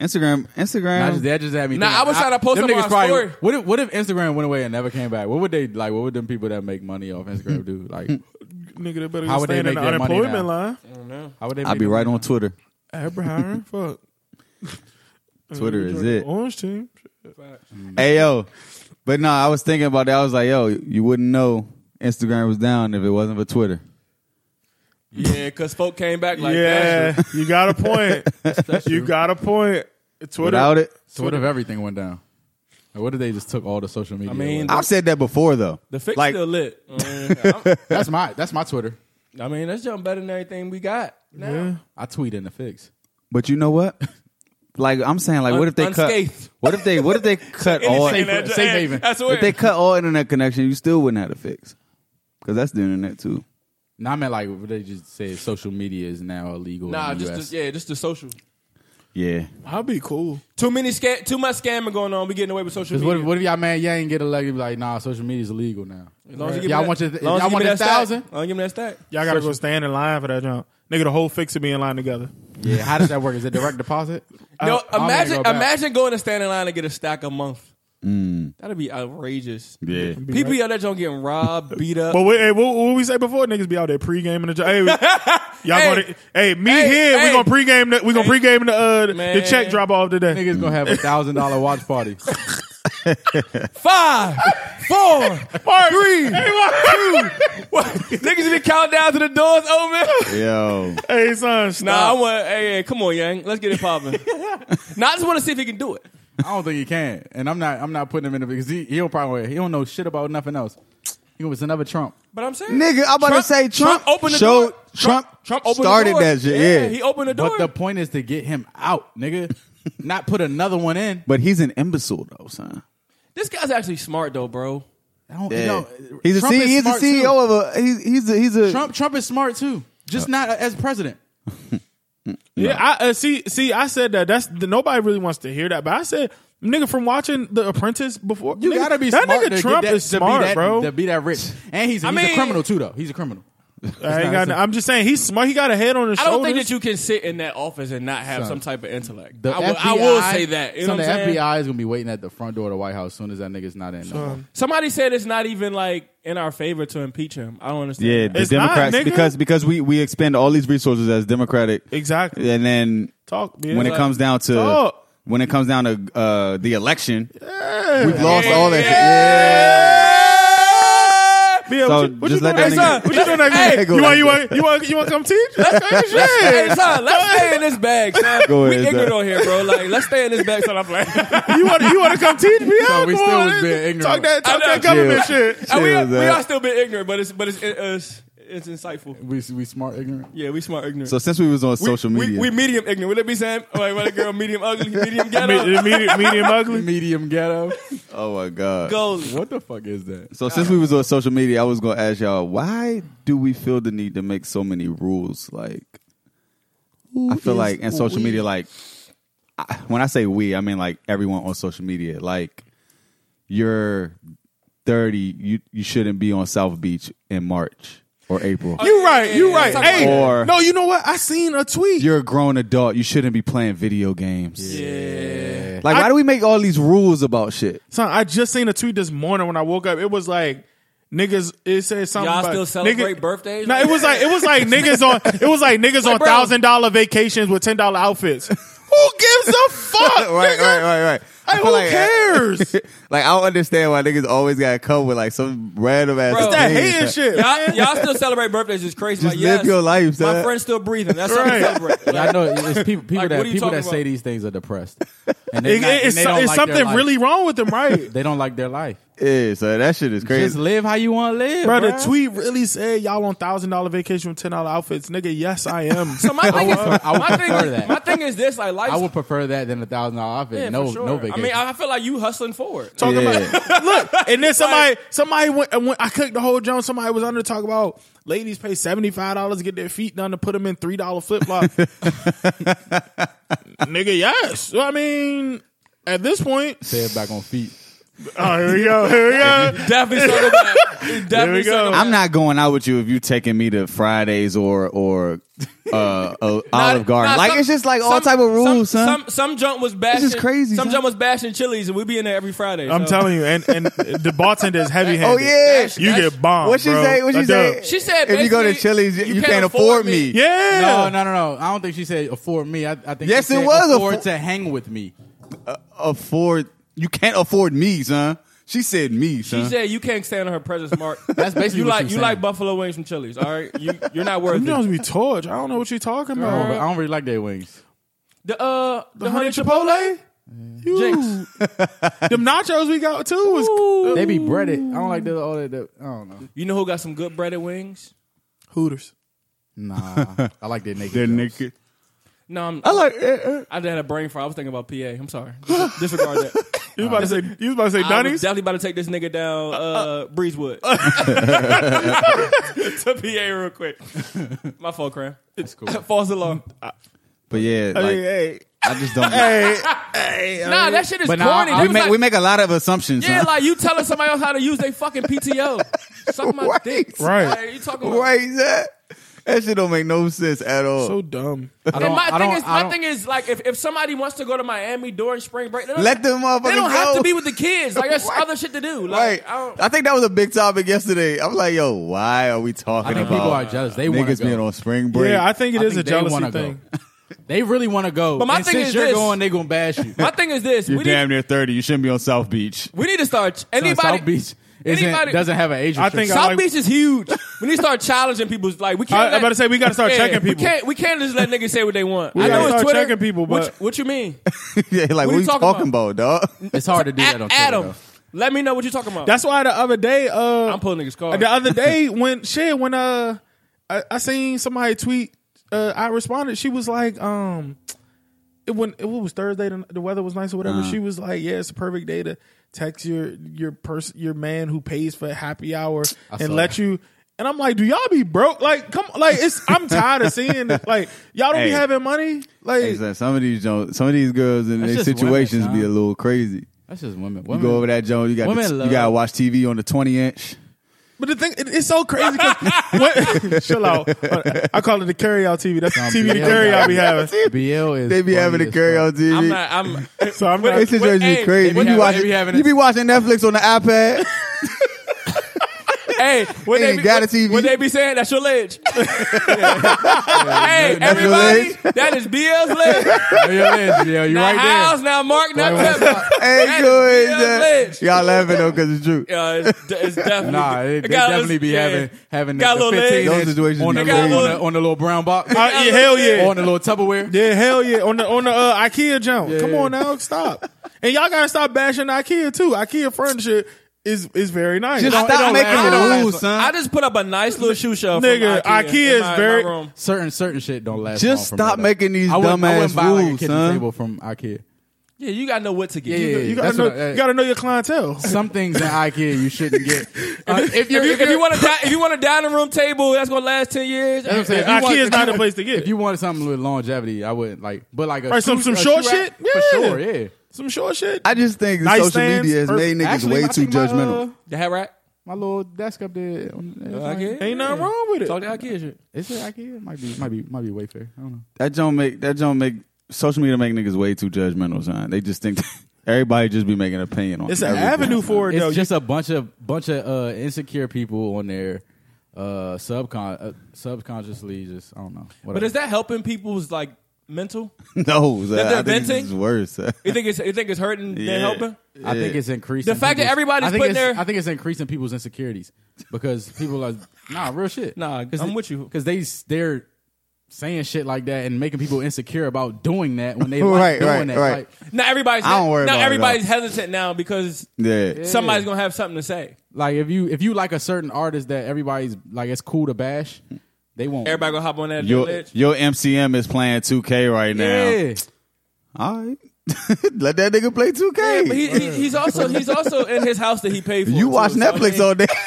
Instagram, Instagram.
I just, that just had me.
Nah,
thinking,
I was trying to post
them
up on
niggas
our
probably-
story.
What if, what if Instagram went away and never came back? What would they like? What would them people that make money off Instagram do? Like,
nigga, they better
How
go
would they
stand in the
make their money now?
unemployment line.
how would they?
I'll be right on Twitter.
Abraham, fuck.
Twitter is it.
Orange team.
Hey yo, but no, I was thinking about that. I was like, yo, you wouldn't know Instagram was down if it wasn't for Twitter.
Yeah, because folk came back like
yeah,
that.
you got a point. you got a point. Twitter.
Without it,
So what if everything went down? Like, what if they just took all the social media?
I mean,
away?
I've said that before though.
The fix
like,
still lit. Mm,
that's my that's my Twitter.
I mean, that's jump better than everything we got now.
Yeah.
I tweet in the fix.
but you know what? Like I'm saying, like, what if they
unscathed.
cut? What if they? What if they cut all?
Anything
If
that-
Oh, safe haven.
That's weird.
they cut all internet connection, you still wouldn't have to fix because that's the internet too.
No, I meant like what they just said social media is now illegal.
nah,
in the
just,
US.
the- yeah, just the social.
Yeah,
I'll be cool.
Too many scam, too much scamming going on. We getting away with social
'Cause What if,
media.
what if y'all man Yang get elected? Like, nah, social media is illegal now.
long as you give me
Y'all
that-
want your
as long as
y'all
you give
want
me
a
that stack.
thousand?
As long as you give me that stack.
Y'all gotta go stand in line for that jump. Nigga, the whole fix to be in line together.
Yeah, how does that work? Is it direct deposit?
No,
I'm gonna
imagine
go back.
imagine going to stand in line and get a stack a month.
Mm.
That'd be outrageous.
yeah.
People out there don't getting robbed, beat up.
But wait, hey, what, what we say before? Niggas be out there pregame in the jump. Hey, we- y'all
Hey.
gonna hey me
Hey,
here?
hey.
We gonna pregame the we gonna pregame the uh, the
Man.
check drop off today.
Niggas gonna have a thousand dollar watch party.
Five, four, three, two. What? Niggas be counting down to the doors open.
Yo,
Hey son, stop.
Nah, I want. Hey, hey, come on, Yang. Let's get it popping. nah, I just want to see if he can do it.
I don't think he can, and I'm not. I'm not putting him in the because he he'll probably he don't know shit about nothing else. He was another Trump.
But I'm saying,
nigga, I'm about to say Trump,
opened the
showed
door.
Trump,
Trump opened
started
the door.
that shit. Yeah,
he opened the door.
But the point is to get him out, nigga. not put another one in.
But he's an imbecile though, son.
This guy's actually smart though, bro.
I don't,
Yeah.
you know,
he's a
Trump
C- E
is
he's a
smart,
CEO
too.
of a he's he's a, he's a
Trump Trump is smart too, just not as president.
Yeah, I uh, see. See, I said that. That's the, nobody really wants to hear that. But I said, nigga, from watching The Apprentice before,
You
nigga,
gotta be
that
smart. to
nigga
get
Trump
that-
is
to be
smart,
that-
bro.
To be that rich, and he's, a- he's
mean-
a criminal too, though. He's a criminal.
I ain't got no- I'm just saying he's smart. He got a head on his
I
shoulders.
don't think that you can sit in that office and not have some type of intellect.
The
I will,
FBI,
I will say that. You know
son,
what I'm
the
saying?
FBI is gonna be waiting at the front door of the White House as soon as that nigga's not in. No. more.
Somebody said it's not even like in our favor to impeach him. I don't understand.
yeah,
that.
the
It's not,
Democrats
nigga.
because because we we expend all these resources as Democratic
exactly.
and then
Talk yeah,
when it
like-
comes down to
Talk.
when it comes down to uh, the election,
Yeah.
we've lost all that.
Yeah,
So
what you, what
just
you
let
doing
that
next
nigga-
week? What you doing next
Hey,
week?
go
you want
like
you
that.
want you want you want to come teach? That's crazy
Hey,
shit.
son, let's stay in this bag, son.
Go
we
ahead,
ignorant
son.
on here, bro. Like, let's stay in this bag, son. I'm like,
You want you want to come teach me?
So
out?
we
Come
still
on, eh,
was being ignorant.
Talk that talk
I know.
that government shit.
And we, are,
Chill,
we
son.
are still being ignorant, but it's but it's it's, it's insightful.
We we smart ignorant.
Yeah, we smart ignorant.
So since we was on
we,
social
we-
media,
we, medium ignorant. Would it be Sam? Like, what a girl, medium ugly, medium ghetto.
Me- Medium, medium ugly.
Medium ghetto.
oh my god.
Goalie.
what the fuck is that?
So since we was on social media, I was gonna ask y'all why do we feel the need to make so many rules? Like, I feel like in social media, like I, when I say we, I mean like everyone on social media. Like, you're thirty, you you shouldn't be on South Beach in March or April.
You right, you right.
Talk
Hey,
about that.
Oh, no, you know what? I seen a tweet.
You're a grown adult. You shouldn't be playing video games.
Yeah.
Like, why
I-
do we make all these rules about shit?
Son, I just seen a tweet this morning when I woke up. It was like niggas. It said something.
Y'all
about,
still celebrate birthdays?
No, it was like it was like niggas on it was like niggas on
bro.
thousand dollar vacations with ten dollar outfits. Who gives a fuck?
right,
nigga?
right, right, right.
Hey,
I
who
feel like- uh,
cares? It's
Like I don't understand why niggas always gotta come with like some random ass.
Bro, It's
that
thing.
hating shit.
Y'all, y'all still celebrate birthdays? It's crazy.
Just
like,
live
yes,
your life, son.
My friend's still breathing. That's something
Right.
to celebrate. Like,
Yeah, I know it's people, people
Like, what
that
are you
people that
talking
say
about?
these things are depressed, and, they
It-
not,
it's
and they don't
it's
like their
something
life.
really wrong with them, right?
They don't like their life.
Yeah, so that shit is
Just
crazy.
live how you want to live,
Bro, the
bruh.
tweet really said y'all on thousand dollar vacation with ten dollar outfits, nigga. Yes, I am.
so my thing, is,
I would
my, thing
prefer
is,
that.
my thing is this: like life.
I would prefer that than a thousand dollar outfit.
yeah, for
no,
sure.
no
I
vacation.
mean, I I feel like you hustling forward.
talking
Yeah.
about look and then somebody somebody went, and went i clicked the whole joint somebody was under talk about ladies pay $75 to get their feet done to put them in $3 flip-flop nigga yes i mean at this point
Say it back on feet.
oh here we go here we go
Definitely circle back.
There we
Definitely
go.
circle back.
I'm not going out with you if you taking me to Fridays or or uh, uh, Olive Garden.
Nah,
like
some-
it's just like all
some-
type of rules,
some,
son.
Some some junk was bashing.
This is crazy,
Some
son.
junk was bashing Chili's, and we be in there every Friday.
i'm
so.
telling you and and the bartender is heavy-handed
oh yeah.
That's-
you get bombed
What she
bro.
say? What she
Like,
say?
duh.
She said
if you go to
basically,
Chili's, you, you can't afford me.
yeah
No, no, no, no. I don't think she said afford me. I, I think
Yes,
she
it
said
was
afford
affo-
to hang with me.
Afford you can't afford me, son. She said me,
She
son.
said you can't stand on her presence, Mark.
That's basically
you
what
like
she was
you
saying.
like buffalo wings from Chili's. All right, you you're not worth
you
it.
don't be torch. I don't know what you're talking
I don't,
about.
but I don't really like their wings.
The uh the,
The honey
honey chipotle.
Chipotle? You-
Jinx.
Them nachos we got too was
They be breaded. I don't like the all that. that- I don't know.
You know who got some good breaded wings?
Hooters.
Nah, I like their naked.
They're
jokes.
naked.
No, I'm,
I like. eh, eh.
I had a brain fry. I was thinking about PA. I'm sorry. Dis- Disregard that.
You was about to say you was about to say
I was
Dunnies?
definitely about to take this nigga down uh, Breezewood to PA real quick. My fault, Cram. It's cool. False alarm.
But yeah,
Oh,
like,
hey,
I just don't.
Nah, that shit is
But
corny.
nah,
They
we
was
make
like-
we make a lot of assumptions.
yeah,
son.
like you telling somebody else how to use their fucking PTO. Suck my
Right.
dick.
Right.
Like, you talking about?
right, son. That shit don't make no sense at all.
so dumb.
I
And
don't.
my
I
thing
don't-
is,
I
my
don't-
thing is like if, if somebody wants to go to Miami during spring break, they don't,
Let them motherfuckers
they don't have
go.
to be with the kids. Like there's
Right.
other shit to do.
Right.
Like I don't,
I think that was a big topic yesterday. I'm like, yo, why are we talking
I think
about
people are jealous. They want to
niggas being
go.
on spring break?
Yeah, I think it
I
is
think they
a jealousy
wanna go.
thing.
They really want to go.
But my
and
thing
since
is
you're
this.
going, they gonna bash you.
my thing is this.
You're
we
damn
need,
near 30. You shouldn't be on South Beach.
we need to start anybody.
South Beach isn't,
anybody-
doesn't have an age.
I think
restriction.
South
like-
Beach is huge. We need to start challenging people. Like we can't.
I- I'm about to say, we gotta start checking
We
people.
can't. We can't just let niggas say what they want.
We
I
gotta
know it's
start
Twitter.
checking people,
What
but-
you- what you mean?
yeah, like, what,
you
are you
talking
talking, about, dog?
it's hard to do that
A-
on Twitter,
Adam,
though.
let me know what you're talking about.
That's why the other day, uh,
I'm pulling niggas' card.
the other day when shit when uh, I, I seen somebody tweet, uh, I responded. She was like, um, it when it was Thursday, the, the weather was nice or whatever. She was like, "Yeah, it's a perfect day to text your your person, your man who pays for happy hour and
saw
let you." And I'm like, "Do y'all be broke? Like, come, like it's I'm tired of seeing this. Like, y'all don't
Hey.
be having money. Like,
Hey, son, some of these Jones, some of these girls in
That's
their
just women,
situations be
son.
a little crazy.
That's just women.
You
women
go over that Jones, you got
Women
the,
love-
you got to watch TV on the twenty inch.
but the thing, it, it's so crazy. 'cause what, chill out. I call it the carry out TV. That's the
Nah,
TV the
yeah.
carry out be having.
BL is.
They be having to carry on TV.
I'm not. I'm.
So I'm
Wait,
not.
It's just
What-
crazy.
hey,
crazy.
what
You be,
happened?
watching,
They be having
you be watching Netflix on the iPad.
hey, what
They
they,
ain't
be,
got a
what,
TV.
what they be saying? That's your ledge. hey,
That's your
everybody,
ledge.
that is BL's ledge.
Yeah, you
Now
right there.
Hiles, now Mark, now Pepper.
Ain't
That
good.
is BL's ledge.
Y'all laughing though because it's true.
Yeah, it's, de- it's definitely.
Nah, they, they
got a-
definitely be
yeah.
having having
Got
the, the
a little
15
leg.
Those situations
on the,
be
got a
little, on,
little-
the, on the little brown box
Uh, yeah, hell yeah.
or on the little Tupperware.
Yeah, hell yeah. On the on the uh, IKEA jump. Come on now, stop. And y'all gotta stop bashing IKEA too. IKEA furniture is is very nice.
Just
Don't- it
stop
don't
making
last long.
the rules,
I
son.
just put up a nice little shoe shelf. from
Nigga,
IKEA,
IKEA
in
is
my- in
very-
My room.
Certain certain shit don't last.
Just
long from
stop
that.
making these
I wouldn't- I wouldn't
dumbass
buy like a
rules,
kitchen
son.
table from IKEA.
Yeah, you gotta know what to get.
Yeah,
You
yeah,
know-
yeah.
You gotta,
That's
know,
what I-
you gotta know your clientele.
Some things in IKEA you shouldn't get. Uh, if you're,
If you, if you want a di- if you want a dining room table that's gonna last ten years,
that's what I'm saying. If you want-
IKEA
if
is
you
not the
want-
place to get.
If you wanted something with longevity, I wouldn't like. But like a
Right, some-
shoe-
some
a
short
shoe
shit?
rack, for
Yeah.
sure. Yeah,
Some short shit.
I just think
Nice
social
stands,
media has made niggas
Actually,
way
I
too
think my, uh,
judgmental.
the hat rack.
My little desk up there. on- it's like-
IKEA.
Ain't nothing wrong with it.
Talk to IKEA shit.
Is it IKEA? It Might be, might be, might be Wayfair. I don't know.
That don't make that don't make social media make niggas way too judgmental, son. They just think everybody just be making an opinion on.
It's an
everything.
avenue for it
It's
though.
just a bunch of bunch of uh, insecure people on their uh, subcon uh, subconsciously. Just I don't know.
But is that helping people's like mental?
no, son.
they're
I think
venting?
it's worse. son.
You think it's you think it's hurting
Yeah.
than helping?
I think it's increasing
The fact that
people's-
everybody's
I think
putting
it's-
their-
I think it's increasing people's insecurities because people are nah real shit.
Nah, I'm with you.
because they they're saying shit like that and making people insecure about doing that when they like
Right,
doing
right,
that.
right.
Like,
Now everybody's
I don't worry
now
about it,
everybody's hesitant now because
Yeah.
somebody's gonna have something to say.
like if you if you like a certain artist that everybody's like it's cool to bash, they won't.
Everybody gonna hop on that
Your
ledge.
your MCM is playing 2K right now.
yeah.
All right, let that nigga play 2K.
Yeah, but he, he, he's also he's also in his house that he paid for.
you watch Netflix all day.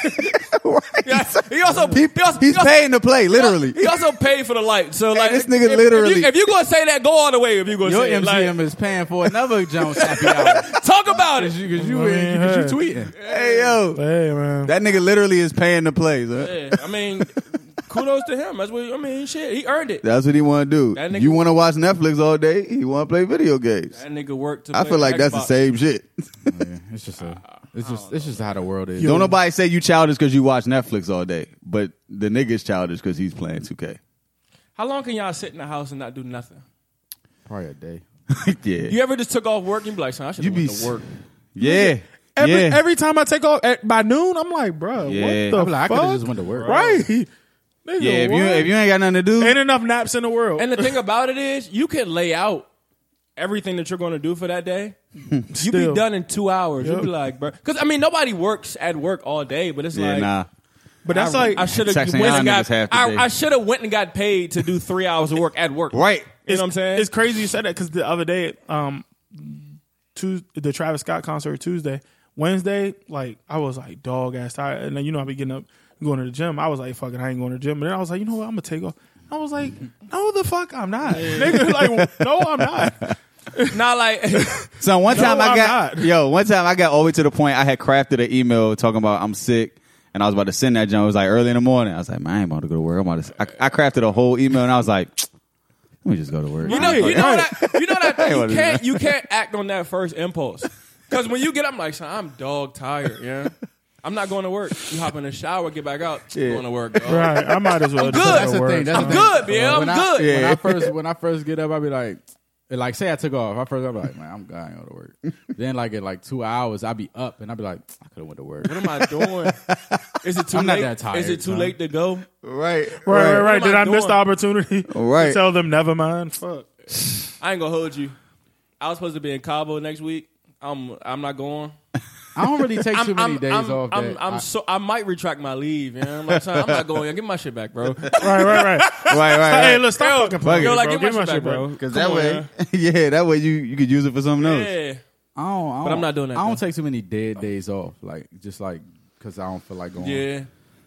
right.
He also
He-
he also,
he's
he also,
paying to play, literally.
He also paid for the light. So like
this
if-
nigga
if- if you-
literally-
If, you, gonna say that, go all the way. If you gonna
Your
say it.
MCM is paying for another Jones happy hour
Like, talk about it.
because you because you, 'cause you tweeting.
Hey yo,
hey man.
that nigga literally is paying to play. son.
Yeah, I mean, kudos to him. That's what I mean. Shit, he earned it. That,
That's what he want to do.
That nigga-
you want to watch Netflix all day? He want to play video games.
nigga worked. To
I feel like that's the same shit.
It's just a, it's just it's just how the world is.
Don't nobody say you childish because you watch Netflix all day, but the nigga's childish because he's playing 2K.
How long can y'all sit in the house and not do nothing?
Probably a day.
yeah,
You ever just took off work and be like, son, I should
You
have went
be
to work.
yeah,
Every
yeah.
every time I take off at, by noon, I'm like, bruh,
Yeah.
what
I'm like,
the
I
fuck?
could have just went to work.
right. Nigga,
yeah, if you
what?
if you ain't got nothing to do,
ain't enough naps in the world.
And the thing about it is, you can lay out everything that you're going to do for that day. You be
Still.
done in two hours. You be like, bro, because I mean, nobody works at work all day, but it's
yeah,
like,
nah.
but that's
I,
like
I should have
Texting
went
y'all
and got.
niggas half the
I,
day.
I should have went and got paid to do three hours of work at work.
Right.
You know what I'm
It's-
saying?
It's crazy you said that because the other day, um, Tues the Travis Scott concert Tuesday, Wednesday, like I was like dog ass tired, and then you know I be getting up going to the gym. I was like fucking, I ain't going to the gym, and then I was like, you know what, I'm gonna take off. I was like, no, the fuck, I'm not, nigga. Like, no, I'm not.
Not like
So one time I
I'm
got
not.
yo, one time I got all the way to the point I had crafted an email talking about I'm sick and I was about to send that John. It was like early in the morning. I was like, man, I ain't about to go to work. I'm about to I, I crafted a whole email and I was like, let me just go to work.
You know, you know
Right.
that. You know that.
Hey, what
You
is
can't. You can't act on that first impulse because when you get, up, I'm like, son, I'm dog tired. Yeah, I'm not going to work. You hop in the shower, get back out, going to work. dog.
Right, I might as well. just
good.
go to
That's
the
work.
thing, that's
I'm
the
good, yeah, I'm
when I,
good.
When I first when I first get up, I'll be like, like say I took off. I first I'll be like, man, I'm going to work. then like in like two hours, I'll be up and I'll be like, I could have went to work.
What am I doing? Is it too
I'm not
late?
that tired,
Is it too
son.
late to go?
Right.
Right, right,
am
right. Did
I
I miss
doing?
the opportunity?
Right.
to tell them never mind. Fuck.
I ain't gonna hold you. I was supposed to be in Cabo next week. I'm. I'm not going.
I don't really take too many days
I'm,
off.
I'm,
that
I'm
I-
so I might retract my leave. You know, I'm, like, son, I'm not going. Get my shit back, bro.
Right, right, right.
right, right.
Hey, look, stop fucking playing,
yo, like,
bro.
get my shit back, bro.
Because that way, yeah, that way you you could use it for something else.
Yeah.
I don't, I don't,
But I'm not doing that,
I don't
though.
take too many dead days off. Like just like because I don't feel like going.
Yeah.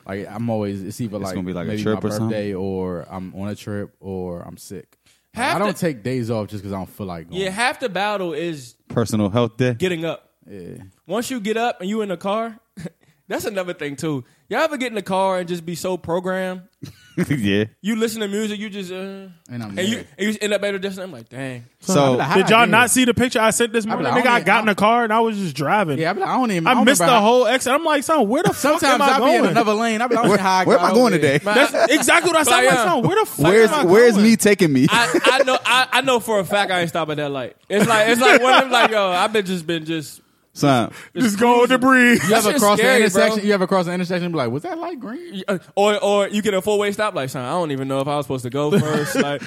Like I'm always. It's either like,
gonna be like a
maybe
trip
my
or something?
birthday or I'm on a trip or I'm sick. Like,
Half
I don't
the-
take days off just because I don't feel like going.
Yeah, half the battle is
Personal health day.
getting up.
Yeah.
Once you get up and you in the car, that's another thing too. Y'all ever get in the car and just be so programmed?
yeah.
You listen to music, you just uh,
And I'm
and you,
there.
and you end up at a distance. I'm like, dang.
So
like, how-
Did y'all
Yeah.
not see the picture I sent this morning?
like, I
Nigga,
don't
I
even-
got in the car and I was just driving.
Yeah, I, be like, I don't even.
I missed the
remember how-
whole exit. I'm like, son, where the fuck
Sometimes
am I
I'll
going?
be in another lane. I'll be like, I don't
where,
know how
where am I
got
going
over
today?
That's exactly what I said. I'm like,
Fire.
son, where the fuck
Where's
am I
where's
going?
me taking me?
I, I know I, I know for a fact I ain't stop at that light. It's like it's like one of them like yo I've been just been just
Son,
Just go to breathe.
You ever
shit's
cross the
scary, bro.
intersection? You ever cross the intersection? and Be like, was that light green?
uh, or or you get a four way stop like son I don't even know if I was supposed to go first like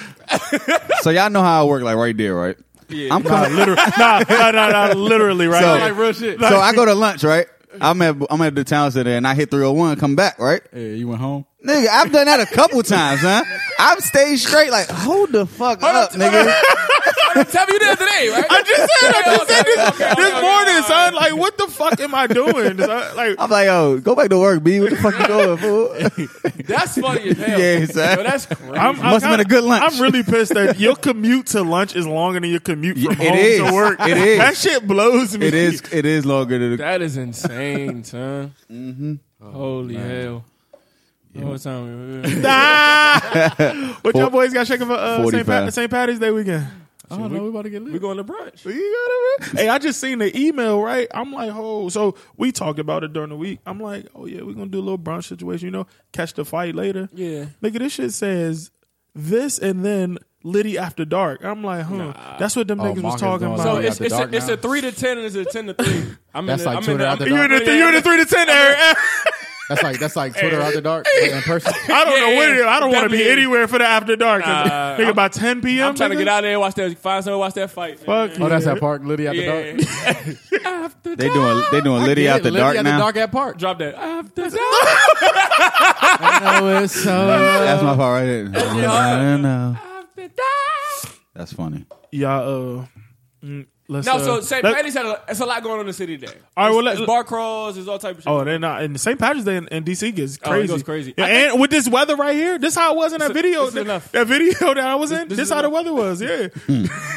so y'all know how I work, like right there, right? Yeah. I'm coming.
literally, nah, nah, nah, nah, literally, right?
So-
Like,
real shit.
so I go to lunch, right? I'm at I'm at the town center and I hit 301, come back, right?
Yeah, you went home.
Nigga, I've done that a couple times, huh? I've stayed straight, like hold the fuck up, nigga.
tell me you did it today right I
just said, I just said this, this
okay,
morning,
okay,
son. Like, what the fuck am I doing? Son, Like,
I'm like, yo, go back to work, b. What the fuck you doing, fool?
that's funny as hell
Yeah, son.
Yo, that's crazy.
I'm, I'm
Must've been a good lunch.
I'm really pissed that your commute to lunch is longer than your commute from
It
home
is.
to work.
It is.
That shit blows me.
it is it is longer than the
That is insane, son. mm-hmm. Holy hell. What time? we-
What y'all boys got shaking for uh, St.
45.
Pat- St. Patty's Day weekend?
I don't know. We about to get
We
lit.
going to brunch.
You got it, man. Hey, I just seen the email, right? I'm like, oh, so we talked about it during the week. I'm like, oh yeah, we're gonna do a little brunch situation, you know, catch the fight later.
Yeah.
Nigga, this shit says this and then Liddy after dark. I'm like, huh. That's what them
Oh,
niggas
Mark
was
is
talking
doing
about.
So
we got
it's
the
it's a,
dark
it's
now.
a three to ten and it's a ten to three. I'm
That's
in the,
like
I'm
two
in
to
the,
out the
I'm-
You're in the,
Yeah.
you're in the three to ten area.
That's like that's like Twitter out the dark like, in person.
I don't know
Yeah,
what it
yeah,
is. I don't want to be
definitely.
anywhere for the after dark. 'cause,
Nah,
nigga, by 10 p.m.
I'm trying to
nigga?
get out of there. Watch that. Find somewhere. Watch that fight. man.
Fuck
Oh, that's
yeah.
that park, Liddy out the
Yeah.
dark.
They doing they doing Liddy
Yeah,
out the
Liddy
dark
out
now.
The dark at park.
Drop that. After
Oh, it's so.
That's my part right there. I don't know.
dark.
That's funny.
Y'all, uh, mm, let's,
No,
uh,
so St.
let-
Patty's had a, it's a lot going on in the city today.
All right, well,
It's
let,
bar crawls. It's all type of shit.
Oh, they're not. And St. Patrick's Day in, in DC gets
Oh, it
crazy.
goes crazy.
Yeah,
I
and with this weather right here, this how it was in that
a-
video.
this is enough.
That video that I was in. This,
is
how the weather was. Yeah.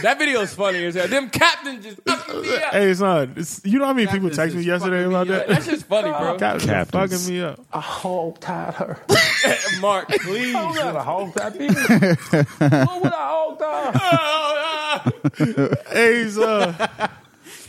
That video's funny as hell. Them captains just fucking me up.
hey, son, it's, you know how many people text me yesterday about
Yeah,
that?
That's just funny, bro.
Captain's
Captains.
fucking me up.
I hog tied her.
Mark, please.
Should I hog tied me? What would I hog tie her?
Hey, uh, son.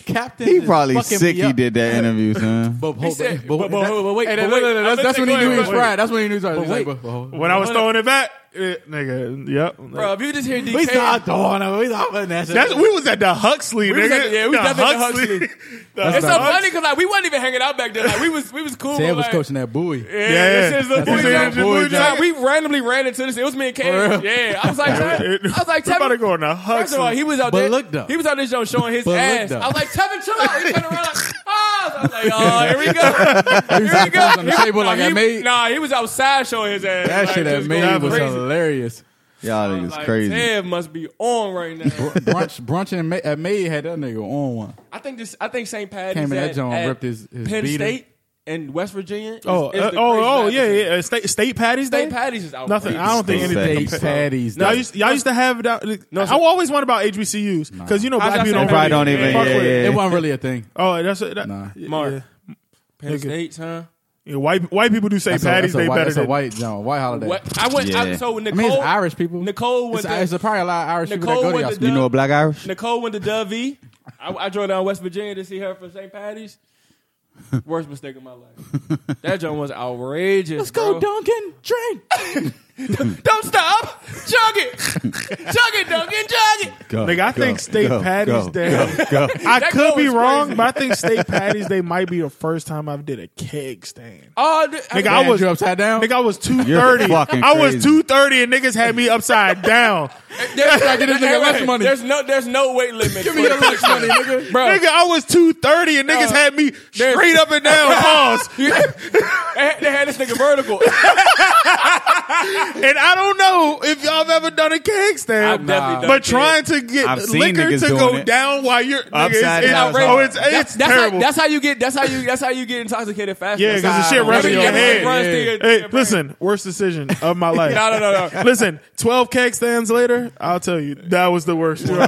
Captain.
He probably sick. He did that interview, son.
But,
He
hold-
said,
but-
but, but, but, but wait,
Hey,
but
that-
wait,
no, no, no,
I'm
that's, that's when
listening,
he knew
wait,
he was
wait.
fried. That's when he knew he was fried. He's like,
wait.
but- but-
when I was throwing it back, eh, nigga, yep.
Bro, if you just hear
He's
DK,
not throwing it. He's not putting that shit.
That's, we was at the Huxley,
We was
nigga.
at- yeah, we
the
definitely at the Huxley.
The
it's so
Huxley.
funny because like we wasn't even hanging out back then. Like we was we was cool.
Ted
but,
was
like,
coaching that buoy.
Yeah,
Yeah,
yeah. This is the
that's
booty
his name,
job.
the booty job.
Like, we randomly ran into this. It was me and Kane. Yeah, I was like, I was like,
we about to
Tevin.
go on the Huxley.
First of all, he was out
But
there.
look, though.
He was out there show- showing his
But look,
ass.
though.
I was like, Tevin, chill out. He turned around like, ah. I was like, oh, here we go. Here we go.
on the table like
nah,
I
he,
made.
nah, he was outside showing his ass.
That
Like,
shit that
just
made
going
was
crazy.
hilarious.
Y'all niggas
Like,
crazy.
Ted must be on right now.
brunch, brunch and May, at May had that nigga on one.
I think this. I think St. Patty's
Came in that
at-
joint,
at
ripped his- his
Penn
beater.
State and West Virginia. Is,
Oh,
is
uh,
the
oh, oh,
craziest
yeah,
thing.
yeah. State, state Patty's Day?
St. Patty's is out.
Nothing. I don't think
State
anything.
Day
compared-
patties.
Y'all
day.
used, y'all used to have that. I always wondered about HBCUs because you know
How's
black
that
people don't, really
St. Patty's? Probably
don't even-
fuck
yeah,
with it.
yeah.
It wasn't really a thing.
Oh, that's a, that,
Nah.
yeah,
Mark.
yeah.
Penn State, huh?
Yeah, white white people do say
That's a-
Patty's
that's a
Day
white,
better
that's a
than
white John, white holiday.
What? I went. I,
Yeah.
so
I
Nicole,
mean, it's Irish people.
Nicole
It's,
went to
it's probably a lot of Irish
Nicole
people that go to
went
y'all
to
school.
You know a black Irish?
Nicole went to Dovey. I, I drove down West Virginia to see her for St. Patty's. Worst mistake of my life. That joint was outrageous. Let's
Duncan. Drink.
Don't stop. Chug it. Chug it, Duncan. Chug it.
Go,
Nigga, I
go,
think State
go,
Patty's
go,
Day.
Go, go.
I
That
could
goal
be
is
wrong,
crazy.
but I think State Patty's Day might be the first time I've did a keg stand.
Oh, th-
Nigga,
I,
I was
you upside down?
Nigga, I was two
You're
thirty.
fucking
I was
crazy.
two thirty, and niggas had me upside down.
there's,
this nigga lunch money.
there's no there's no weight limit. Give me your lunch money, nigga. Bro,
Nigga, I was two thirty, and niggas had me straight up and down. Pause.
They, had, they had this nigga vertical.
And I don't know if y'all have ever done a keg stand,
I've definitely done
but
it.
trying to get
I've seen
liquor
niggas
to
doing
go
it.
down while you're nigga, it's,
Upside
it's,
down is
oh,
hard.
it's, it's
that's
terrible.
How, that's how you get. That's how you. That's how you get intoxicated fast.
yeah, because the shit
how-
runs in your
Everything
head.
runs through your-
Hey, listen, worst decision of my life.
No, no, no, no.
Listen, twelve keg stands later, I'll tell you that was the worst. one.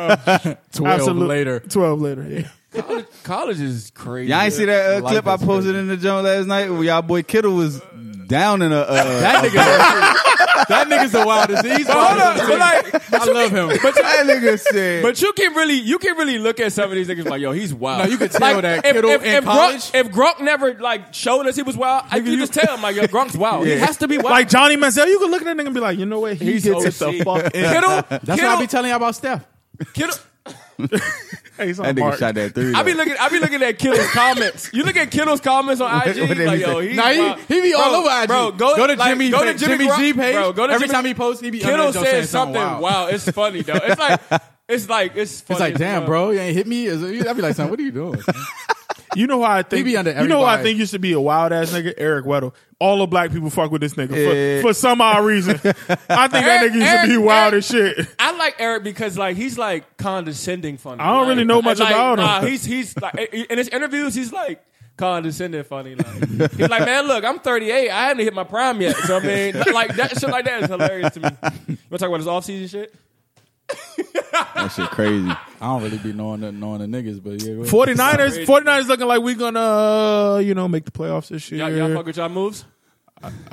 Twelve
Absolute-
later.
Twelve later. Yeah.
College is crazy.
Y'all ain't see that uh,
Life
clip I
is
posted in the joint last night where y'all boy Kittle was down in a. Uh, that
That nigga's the wildest. He's
Hold on,
wild as
but like,
I love him.
but you,
nigga said.
but you can really, you can really look at some of these niggas like, yo, he's wild.
No, you could tell
like,
that
if,
Kittle
if,
in
if
college-
Gronk, if Gronk never like showed us he was wild, I could just tell him like, yo, Gronk's wild. He has to be wild.
Like Johnny Manziel, you can look at that nigga and be like, you know what? He
He's
gets it
OC.
the fuck in.
Kittle,
That's
Kittle,
what I be telling you about Steph.
Kittle.
Hey, it's on
that nigga
Mark.
shot that three.
I be
though.
looking, I be looking at Kittle's comments. You look at Kittle's comments on IG,
what they
like,
be
yo,
saying?
he's
Nah,
wild.
he, he be all
Bro,
over IG.
Bro, go,
to
like,
Jimmy,
go to Jimmy,
Jimmy G
Gronk-
page.
Bro, go to
Every
Jimmy-
time he posts, he be under
Kittle
there saying
said something
wild.
wow. It's funny though. It's like it's like it's funny.
It's like,
as
damn,
well.
bro, you ain't hit me. Is it- I'd be like, son, what are you doing?
You know why I think
He be under
You know why I
everybody.
think you should be a wild ass nigga? Eric Weddle. All the black people fuck with this nigga for, for some odd reason. I think that
Eric-
nigga used to
Eric-
be wild
Eric-
as shit.
I like Eric because like he's like condescending funny.
I don't
Like-
really know much
like,
about him.
Nah, he's he's like in his interviews he's like condescending funny. Like he's like, man, look, I'm 38. I haven't hit my prime yet. So I mean, like that shit like that is hilarious to me. You want to talk about his off season shit?
that shit crazy.
I don't really be knowing nothing knowing the niggas, but yeah. what-
49ers, 49ers looking like we gonna, uh, you know, make the playoffs this year.
Y'all, y'all fuck with y'all moves.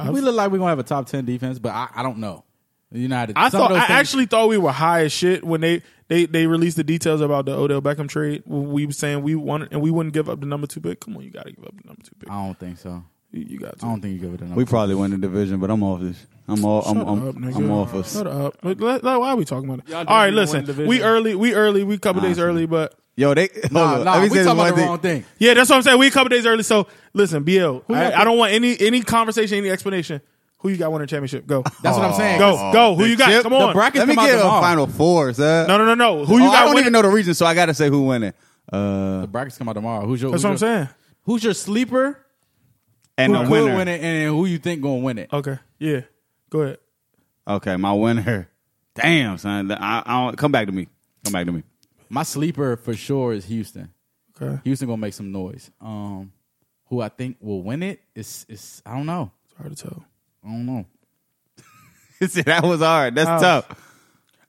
we look like we're gonna have a top ten defense, but I, I don't know. You know how to.
I
some of
thought I
those things-
actually thought we were high as shit when they, they they released the details about the Odell Beckham trade. We were saying we wanted and we wouldn't give up the number two pick. Come on, you gotta give up the number two pick.
I don't think so.
You, you got to.
I don't think you give it enough.
We probably win the division, but I'm off this. I'm all. I'm.
Shut
I'm,
up, nigga.
I'm off us.
Shut up. Let- let- why are we talking about it?
Y'all
All right,
definitely won
listen.
the
We
division.
early. We early. We a couple days early, but
Yo, they.
nah, nah, we talking about the wrong thing.
yeah, that's what I'm saying. We a couple days early. So listen, BL. I,
got-
I don't want any any conversation, any explanation. Who you got winning the championship? Go.
That's what I'm saying.
Go. Go. Who you got? Come on.
bracket-
Let me
come out
get a
tomorrow.
final four, sir.
No, no, no, no. Who you
Oh, I
got
don't
winning?
even know the reason, so I got to say who winning. Uh,
The brackets come out tomorrow. Who's your?
That's
who's
what I'm
your-
saying.
Who's your sleeper?
and
Who
the
could
winner.
win it, and who you think gonna win it?
Okay. Yeah. Go ahead.
Okay, my winner. Damn, son. I, I don't, come back to me. Come back to me.
My sleeper for sure is Houston.
Okay.
Houston gonna make some noise. Um, who I think will win it is is I don't know.
It's hard to tell.
I don't know.
See, that was hard. That's
Wow.
tough.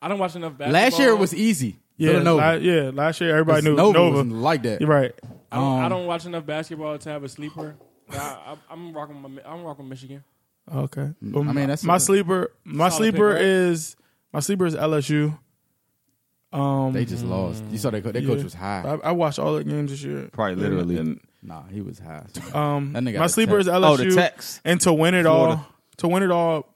I don't watch enough basketball.
Last year it
e-
was easy.
Yeah.
Villanova.
la- yeah. Last year everybody knew
Nova
Nova.
wasn't like that.
You're right.
I don't, I
Um,
don't watch enough basketball to have a sleeper. I, I, I'm rocking. My, I'm rocking Michigan.
Okay. Um,
I mean, that's
my
a-
sleeper. My
Solid pick,
sleeper
right?
is my sleeper is LSU. Um,
They just lost. You saw their, co- their
yeah.
coach was high.
I, I watched all the games this year.
Probably literally.
And,
Nah, he was high.
um,
That nigga
my
had
sleeper is
text.
LSU.
Oh, the text.
And to win it
Florida.
all, to win it all,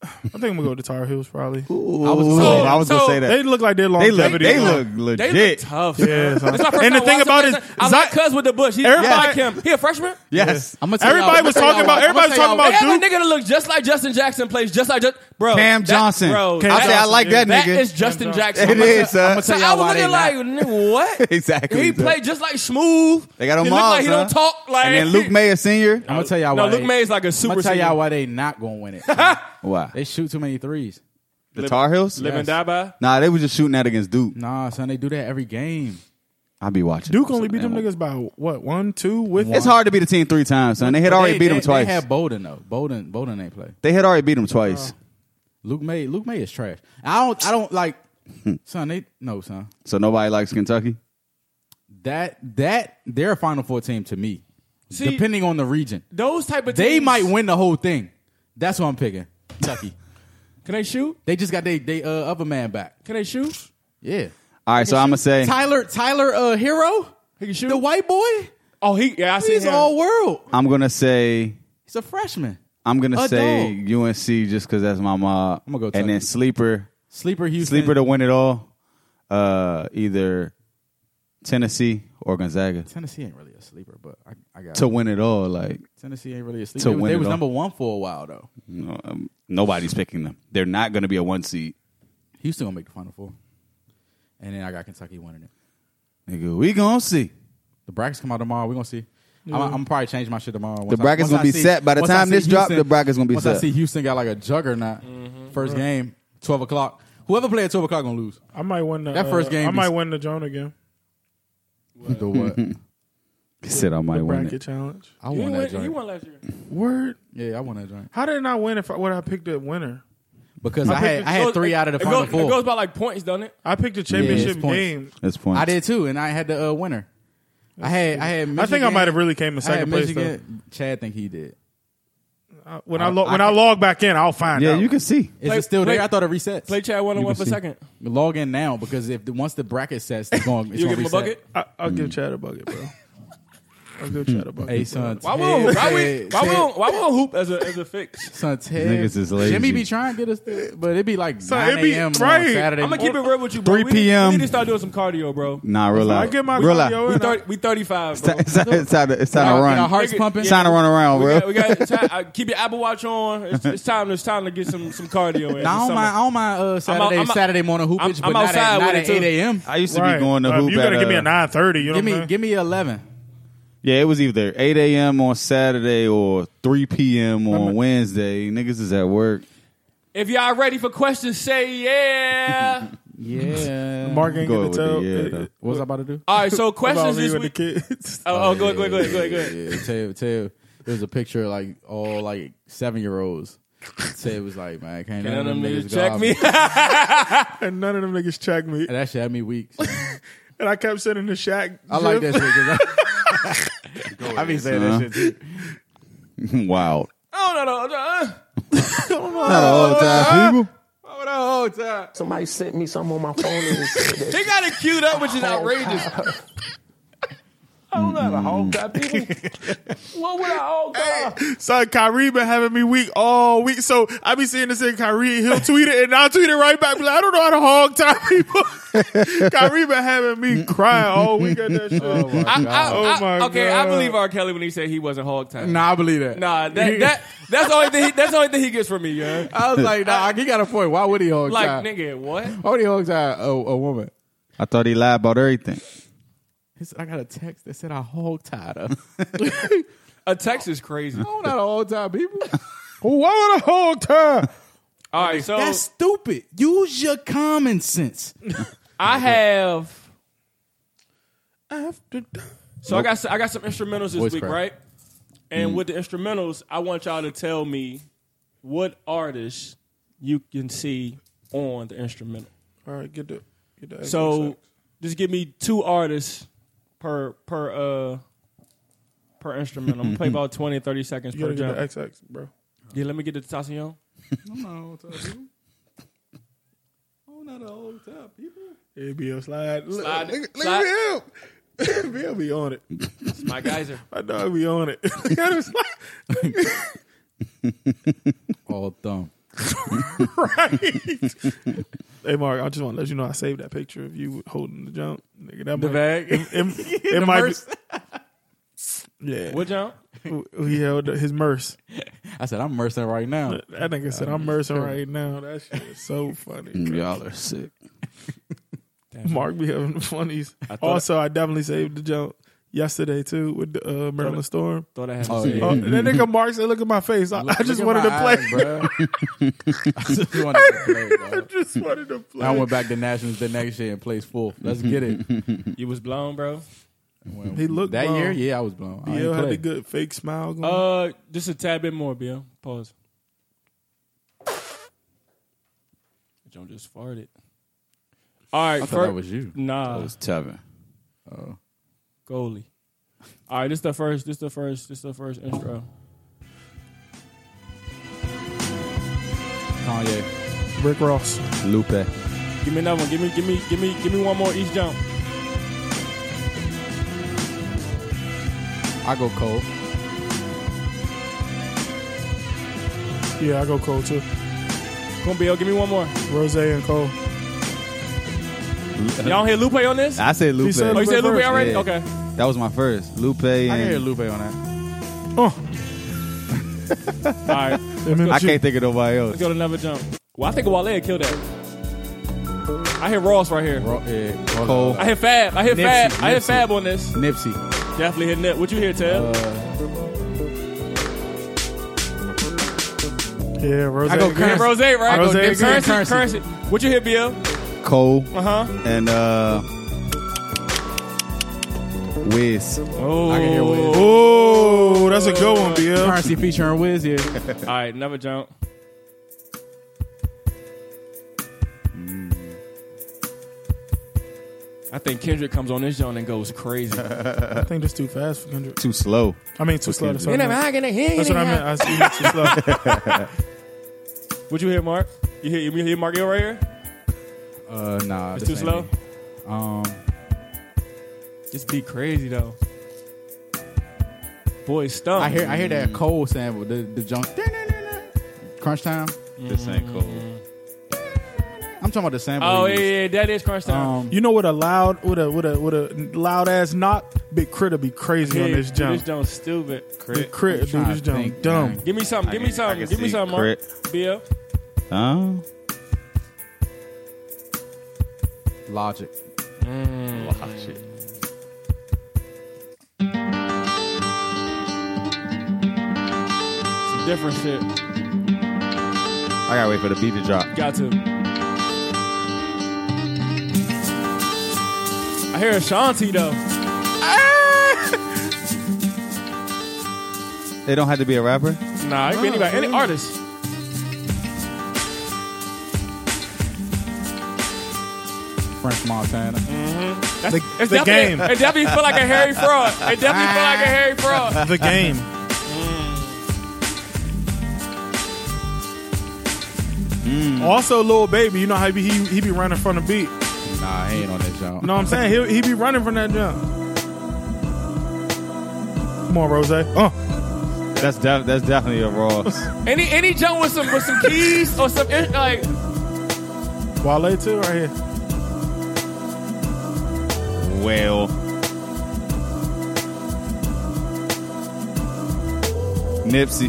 I think I'm gonna go to Tar Heels probably.
I was,
so-
I was gonna
so
say
They
that.
look like they're
They look.
longevity.
They look
They
legit.
look tough.
Yeah, son.
It's my first
and the
time
thing
watching
about
them.
it,
I like
Zach,
Cuz with the bush. He,
Everybody-
I like him. He a freshman.
yes.
I'm gonna tell y'all-
everybody
I'm
was
gonna tell
talking
y'all-
about.
I'm gonna
Everybody was talking
tell y'all-
They
about
have a
Duke.
nigga that look just like Justin Jackson. Plays just like Justin. Bro,
Cam
that-
Johnson.
bro,
I said I
Johnson,
like
yeah.
that
That
nigga.
is Justin Jackson.
it
I'm
is, son.
gonna- So I was looking like, nigga, what?
Exactly.
He
son.
played just like smooth.
They got him
He look
all,
like he
son.
don't talk like.
And then Luke Mayer Senior.
I'm gonna tell y'all
No,
why.
Luke
they-
May's like a
I'm
super.
gonna tell
senior.
y'all why they not gonna win it.
Wow.
they shoot too many threes.
The Tar Heels.
Live and die by.
Nah, they was just shooting that against Duke.
Nah, son, they do that every game.
I'll be watching.
Duke only beat them niggas by what one, two with.
It's hard to beat a team three times, son. They had already
They-
beat
they-
them twice.
They had Uh. Bolden though. Bolden, Bolden ain't play.
They had already beat them twice.
Luke May, Luke May is trash. I don't, I don't like.
Hmm.
son, they no, son.
So nobody likes Kentucky.
That that they're a Final Four team to me.
See-
depending on the region,
Those type of
they
teams-
might win the whole thing. That's what I'm picking. Kentucky.
Can they shoot?
they just got they they uh, other man back.
Can they shoot?
Yeah.
All right, so I'm gonna say
Tyler Tyler uh Hero,
He can shoot.
the white boy.
Oh, he. Yeah, I see
He's
him.
all world.
I'm gonna say
He's a freshman.
I'm gonna
A
say UNC just because that's my mob.
I'm gonna go Tucker.
and then sleeper,
Sleeper Houston.
sleeper to win it all. Uh, either Tennessee or Gonzaga
Tennessee ain't really a sleeper, but I, I got
to win it all. Like
Tennessee ain't really a
to
sleeper. They, was-
win
they
it
was
all.
number one for a while though.
you know, um, nobody's picking them. They're not gonna be a one seed.
Houston gonna make the final four, and then I got Kentucky winning it.
Nigga, we gonna see.
The brackets come out tomorrow. We're gonna see. I'm, I'm probably change my shit tomorrow. Once I-
brackets
once
gonna be
I see-
set. By the
once I
time
see
this drop, the brackets gonna be
once I
set.
see Houston got like a juggernaut.
Mm-hmm.
First game, twelve o'clock. Whoever play at twelve o'clock gonna lose.
I might win the,
That first
uh,
game
I
be-
might win the Jonah game.
The what?
He said I might
the
win
bracket
it.
challenge.
I
You
won that
went- you
joint.
won last year.
Word.
yeah, I won that joint
How did I win if I, what I picked a winner?
because I had I had three out of the
it
final
goes, It
four.
goes by like points, doesn't it?
I picked a championship
it's points.
game.
That's point.
I did too, and I had the uh, winner. I had I had. Michigan,
I think I might have really came in
I had
second place though.
Michigan. Chad think he did.
Uh, When I,
I-
lo-
I
when I
can-
log back in, I'll find
Yeah,
out.
you can see.
Is
Play-
it still
play-
there? I thought it resets.
Play Chad one on one for
see.
second.
Log in now because if the, once the bracket sets, it's going. It's
You
gonna
give him a
reset.
bucket.
I, I'll give Chad a bucket, bro. I'll give Chad a bucket.
Hey son,
Why
Ted-
won't why we
Ted-
why
Ted-
won't why won't hoop as a as a fix?
Son, Ted,
Niggas is lazy.
Jimmy be trying to get us, there, but it'd be like
Son, it
nine
be-
a.m. on
right.
Saturday.
I'm gonna keep it
morning.
real with you, bro.
3
We need,
p.m..
we need to start doing some cardio, bro.
Nah, real
I
out.
get my
real out.
cardio
We
in.
thirty we thirty five,
It's
bro.
time, it's time- it's time to, it's time to
Y'all
run.
Get our hearts
Nigga,
pumping.
It's time to run around,
We
bro.
got, we got it's time, uh, keep your Apple Watch on. It's, it's time. It's time to get some some cardio in. It's
Nah, I don't
summer.
mind. I don't mind uh, Saturday
I'm out-
Saturday morning hoopage,
I'm-
but
I'm
not
outside
at,
with
not
it,
at
too.
eight a.m.
I used to
Right.
be going to
Uh,
hoop.
You
at,
gotta give me
uh,
a nine thirty. You know what
Give me
I'm saying?
give me eleven.
Yeah, it was either 8 a.m. on Saturday or 3 p.m. on Wednesday. Niggas is at work.
If y'all ready for questions, say yeah.
Yeah.
Mark ain't gonna
Go with
tell.
it, yeah,
it-
though.
it-
What was I about to do?
All right, so
about
questions
me
this
with the
week.
kids.
Oh, oh, go ahead, go ahead, go ahead, go ahead, go ahead.
Yeah, Ted, Ted, it was a picture of like all like seven year olds. Ted was like, man, can't
None
none
of them niggas
go
check
out.
me.
and none of them niggas checked me.
And that shit had me weak. son.
And I kept sending the Shaq.
I like that
gif.
shit. 'cause I, I be saying that shit too.
wow.
I don't know. uh,
Not all time
Ah!
people.
Somebody sent me something on my phone and said
They
that.
got it queued up,
Oh,
which is outrageous. I don't know how to hog tie people. What would I hog tie?
So Uh, Kyrie been having me weak all week. So I be seeing this in Kyrie. He'll tweet it and I'll tweet it right back. Be like, I don't know how to hog time people. Kyrie been having me crying all week at that shit.
I, I,
Oh
I-
my
okay,
God.
I believe R. Kelly when he said he wasn't hog tie.
Nah, I believe that.
Nah, that, that that's the only thing. He, that's the only thing he gets from me, yeah.
I was like, nah, he got a point. Why would he hog
Like,
tie?
nigga, what?
Why would he hog tie a, a woman?
I thought he lied about everything.
He said, I got a text that said I hog tied her.
A text is Uh, crazy.
I'm not a hog tie people.
Why would a hog time?
All right, so
That's stupid. Use your common sense.
I have. So I got some, I got some instrumentals this
Voice
week,
crack.
right?
Mm-hmm.
And with the instrumentals, I want y'all to tell me what artists you can see on the instrumental.
All right, get the get the
So
Xbox.
just give me two artists per per uh per instrumental. I'm gonna play about 20, 30 seconds
you
per
gotta get the
jump.
XX, bro.
Yeah, let me get the Tasha Young.
It be a slide. Look,
Slide.
look, look at
Slide.
him. Bill be on it.
It's my geyser.
My dog be on it. Look at him slide.
All thumb.
Hey Mark, I just want to let you know I saved that picture of you holding the jump, nigga. That might,
bag.
It, it- it might be, yeah.
What jump?
Oh, He held his merce.
I said, I'm mercing right now.
That nigga said, "I'm mercing right now." That shit is so funny.
Mm,
Y'all are sick.
Mark be having the funnies. also, I definitely saved the jump yesterday too with the uh, Maryland Storm.
Thought I had.
Oh, yeah.
Oh, that nigga Mark said, "Look at my face. I, I just
Look
wanted
at
to
my
play.
eyes, bruh. I just wanted to play,
I
bro.
just wanted to play."
I went back to Nationals the next year and placed full. Let's get it.
You was blown, bro.
He looked
That
blown.
year, yeah, I was blown. I
Bill
ain't
had a
played.
good fake smile going.
Uh, just a tad bit more, Bill. Pause. John just farted. All right,
I
fir-
thought that was you.
nah
Tevin.
goalie. All right, this the first. This the first. This the first intro.
Kanye.
Rick Ross.
Lupe.
Give me another one. Give me. Give me. Give me. Give me one more each jump.
I go cold.
Yeah, I go cold too.
Cumbio, give me one more.
Rose and Cole.
Y'all hear Lupe on this?
I said Lupe.
said
Oh, you said Lupe already?
Yeah.
Okay.
That was my first. Lupe and
Lupe on that.
Oh,
All right.
I can't think of nobody else.
Let's go to another jump. Well, I think Wale killed that. I hear Ross right here.
Bro, yeah,
Cole.
I hear Fab. I hear
Nipsey,
Fab. I hear
Nipsey.
Fab on this.
Nipsey.
Definitely hit Nip. What you hear, Ted?
yeah, Rose.
I go
you hear
Currency.
Rose, right?
Rose,
currency,
Nipsey,
currency,
Currency. Uh-huh.
What you hear, Bill?
Cole
Uh huh.
and uh, Wiz.
Oh.
I can hear Wiz.
Oh, that's a good one, BL.
Currency featuring Wiz, yeah.
All right, another jump. Mm. I think Kendrick comes on this joint and goes crazy.
I think that's too fast for Kendrick.
Too slow.
I mean, too slow. That's what I meant. That's
That's
what I meant. I see too slow.
What you hear, Mark? You hear, you hear Mark Hill right here?
Uh, nah.
It's
this
too
ain't
slow?
me. Um,
Just be crazy, though. Boy, stump.
I hear I hear that Cole sample, the, the junk. Crunch time.
This ain't Cole.
I'm talking about the sample.
Oh,
he
yeah,
used.
yeah, that is crunch time.
Um,
You know what a loud, with a with a with a loud ass knock, big critter be crazy on
Dude,
this jump.
This jump stupid.
Big
I'm
crit, dude,
trying
this
to
jump
think,
dumb.
man.
Give me something. Give me something. Give me something, Mark. Bill.
Oh.
Logic.
Some different shit.
I gotta wait for the beat to drop.
Got to. I hear Ashanti though.
They don't have to be a rapper.
Nah, it could be anybody, any artist.
French Montana.
That's,
The-
it's
the
definitely-
game.
It definitely feel like a Harry Fraud. It definitely feel like a Harry Fraud.
The game. Also, little baby, you know how he be, he, he be running from the beat.
Nah, I ain't on that jump.
You know what I'm saying? He he be running from that jump. Come on, Rose. Oh,
That's def- that's definitely a raw.
Any any jump with some with some keys or some in- like
Wale too, right here.
well. Nipsey.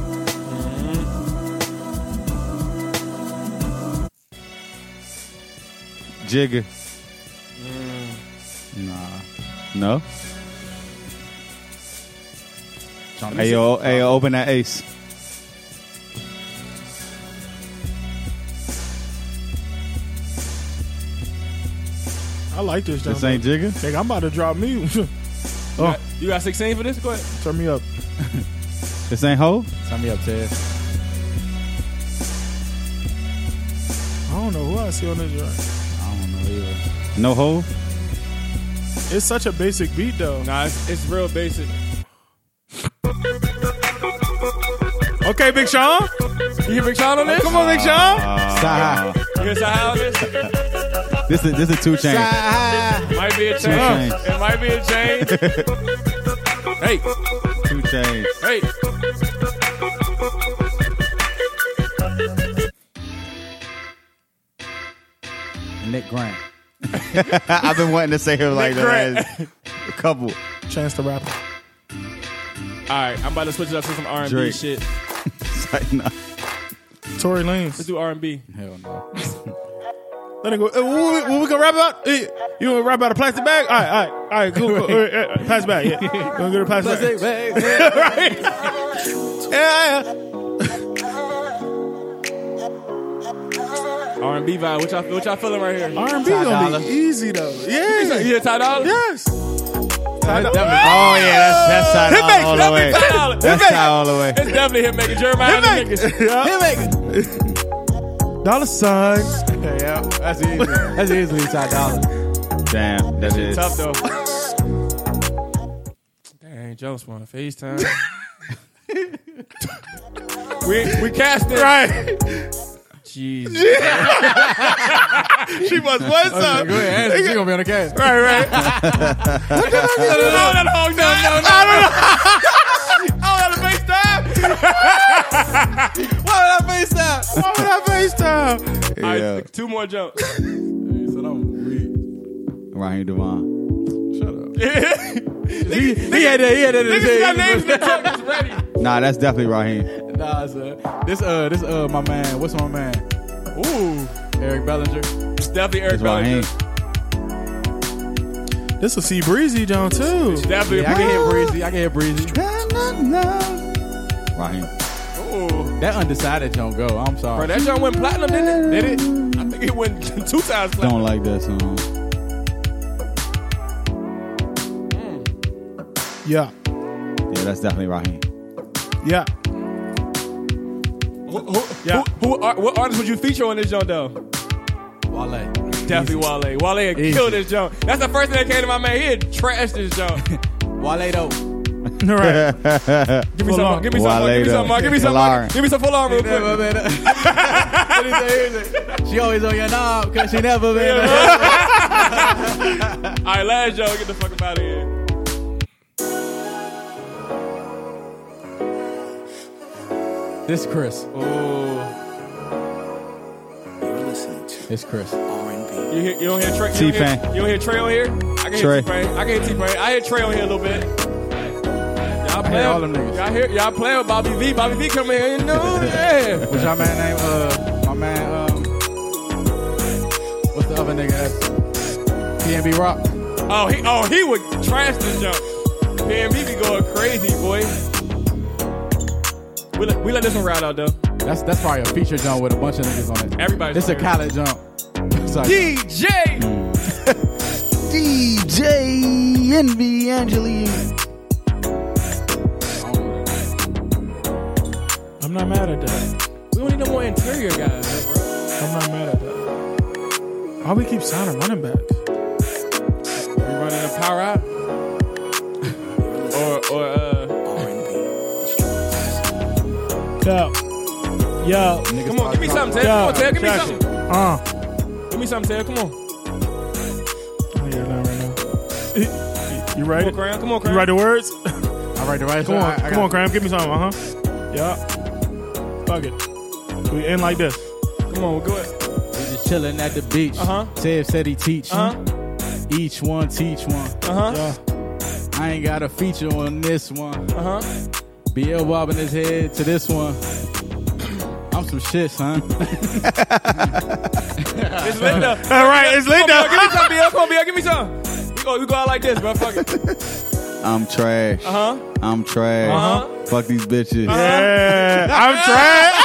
Jigger. Nah. No?
Jump.
Hey yo, hey yo, open that ace.
I like this jump.
This ain't Jigger.
Nigga, I'm about to drop me. Oh.
you got 16 for this? Go ahead.
Turn me up.
This ain't Ho.
Turn me up, Ted.
I don't know who I see on this joint.
I don't know either.
No Ho.
It's such a basic beat though.
Nah, it's, it's real basic.
Okay, Big Sean. Oh,
You hear Big Sean on this?
Come on, Big Sean.
Ah.
You hear Sahai on this?
This is this is two chain.
Might be a change.
Change.
It might be a change. hey,
Two chains.
hey.
Nick Grant.
I've been wanting to say him like the last couple.
Chance to rap.
All right, I'm about to switch it up to some R&B
Drake.
shit.
It's like, nah.
Tory
Let's
Lanez.
do R&B.
Hell no.
Let it go. Hey, what, we- what we gonna rap about? Hey, you gonna rap about a plastic bag? All right, all right, all right. Cool. cool. All right, all right, plastic bag. Yeah. You gonna get a plastic, bag? Yeah, yeah.
R&B vibe. What y'all, what y'all feeling right here?
R&B gonna be easy though.
You
Yeah.
hear Ty Dolla?
Yes.
Oh yeah, that's that's
Hit
side
back,
all,
hit
the way.
back, Tyler, hit
That's
back.
side all the way.
It's definitely hit making Jeremiah and the niggas.
Dollar signs.
yeah, that's easy. That's easily Ty Dolla.
Damn, that is.
Tough though. Dang, Jones want to FaceTime. we we cast it.
Right.
Jeez.
She must. What's up?
Go ahead, ask. She gonna be on the cast.
Right, right.
No, no, no, no, no, no, no, no.
Why did I face
All right,
Yeah.
two more jumps.
said I'm weak.
Raheem Devon.
Shut up.
He, had that. He had that.
Niggas got names in the tongue. It's ready.
Nah, that's definitely Raheem.
Nah, son. This uh, this uh, my man. What's my man? Ooh, Eric Bellinger.
It's definitely Eric
It's Raheem.
Bellinger.
This will see breezy John too.
It's definitely
Yeah, I can hear breezy. I can hear breezy.
Raheem.
Ooh.
That undecided don't go. I'm
Bro,
sorry.
that joint went platinum, didn't it? Did it? I think it went two times platinum.
Don't like that song.
Yeah,
Yeah, that's definitely Raheem.
yeah.
Who, who,
Yeah.
who, who are, what artist would you feature on this joint, though?
Wale.
Definitely Wale. Wale
Easy.
killed this joint. That's the first thing that came to my man. He had trashed this joint.
Wale though.
All right.
Give me
Full
some,
on.
Mark. give me some, Mark. give
Wale,
me some, Mark.
though.
give me some,
Alarm.
Mark. give me some full arm real quick.
Never been.
uh,
What he say? What he say? she always on your knob because she never been. a-
All right, last joint. Get the fuck up out of here.
This Chris. It's Chris.
You, hear, you don't hear Trey? You,
T-Pain.
don't hear- you don't hear Trey on here? I can
Trey.
hear T-Pain. I can hear T-Pain. I hear Trey on here a little bit. Y'all playing,
all them niggas.
Y'all, hear, y'all playing with Bobby V. Bobby V coming here. You know, yeah.
What's your man name? Uh, my man. Um, what's the other nigga? That's PNB Rock.
Oh, he, oh, he would trash this jump. PMB be going crazy, boy. We let, we let this one ride out, though.
That's that's probably a feature jump with a bunch of niggas on it.
Everybody's
This a
on it.
college jump. It's like,
DJ!
DJ Envy Angeline.
I don't know.
I'm not mad at that.
We don't need no more interior guys, bro.
I'm not mad at that. Why we keep signing running backs?
We running a power out. or, or, uh,
Yo, yo,
Niggas
come on, give me
start
something, Ted. Come
yo.
on, Ted, give me
Trash it.
something.
Uh,
Give me something, Ted. Come on.
I hear that right now. You right?
Come on, Cram. Come on, Cram.
You write the words?
dropping. All right, the right
Come on,
side. I- I
come on,
got-
Cram. Give me something. Uh huh. Yeah. Fuck it. We end like this.
Come on, go ahead.
We just chilling at the beach.
Uh-huh.
Seb said he teach.
Uh-huh.
Each one teach one.
Uh-huh.
Yeah.
I ain't got a feature on this one.
Uh-huh.
BL bobbing his head to this one. I'm some shit, son.
It's Linda.
All right, it's
Come on,
Linda.
give me some, BL. Come on, BL. Give me some. We go, we go out like this, bro. Fuck it.
I'm trash.
Uh-huh.
I'm trash.
Uh-huh.
Fuck these bitches.
Yeah, I'm trash.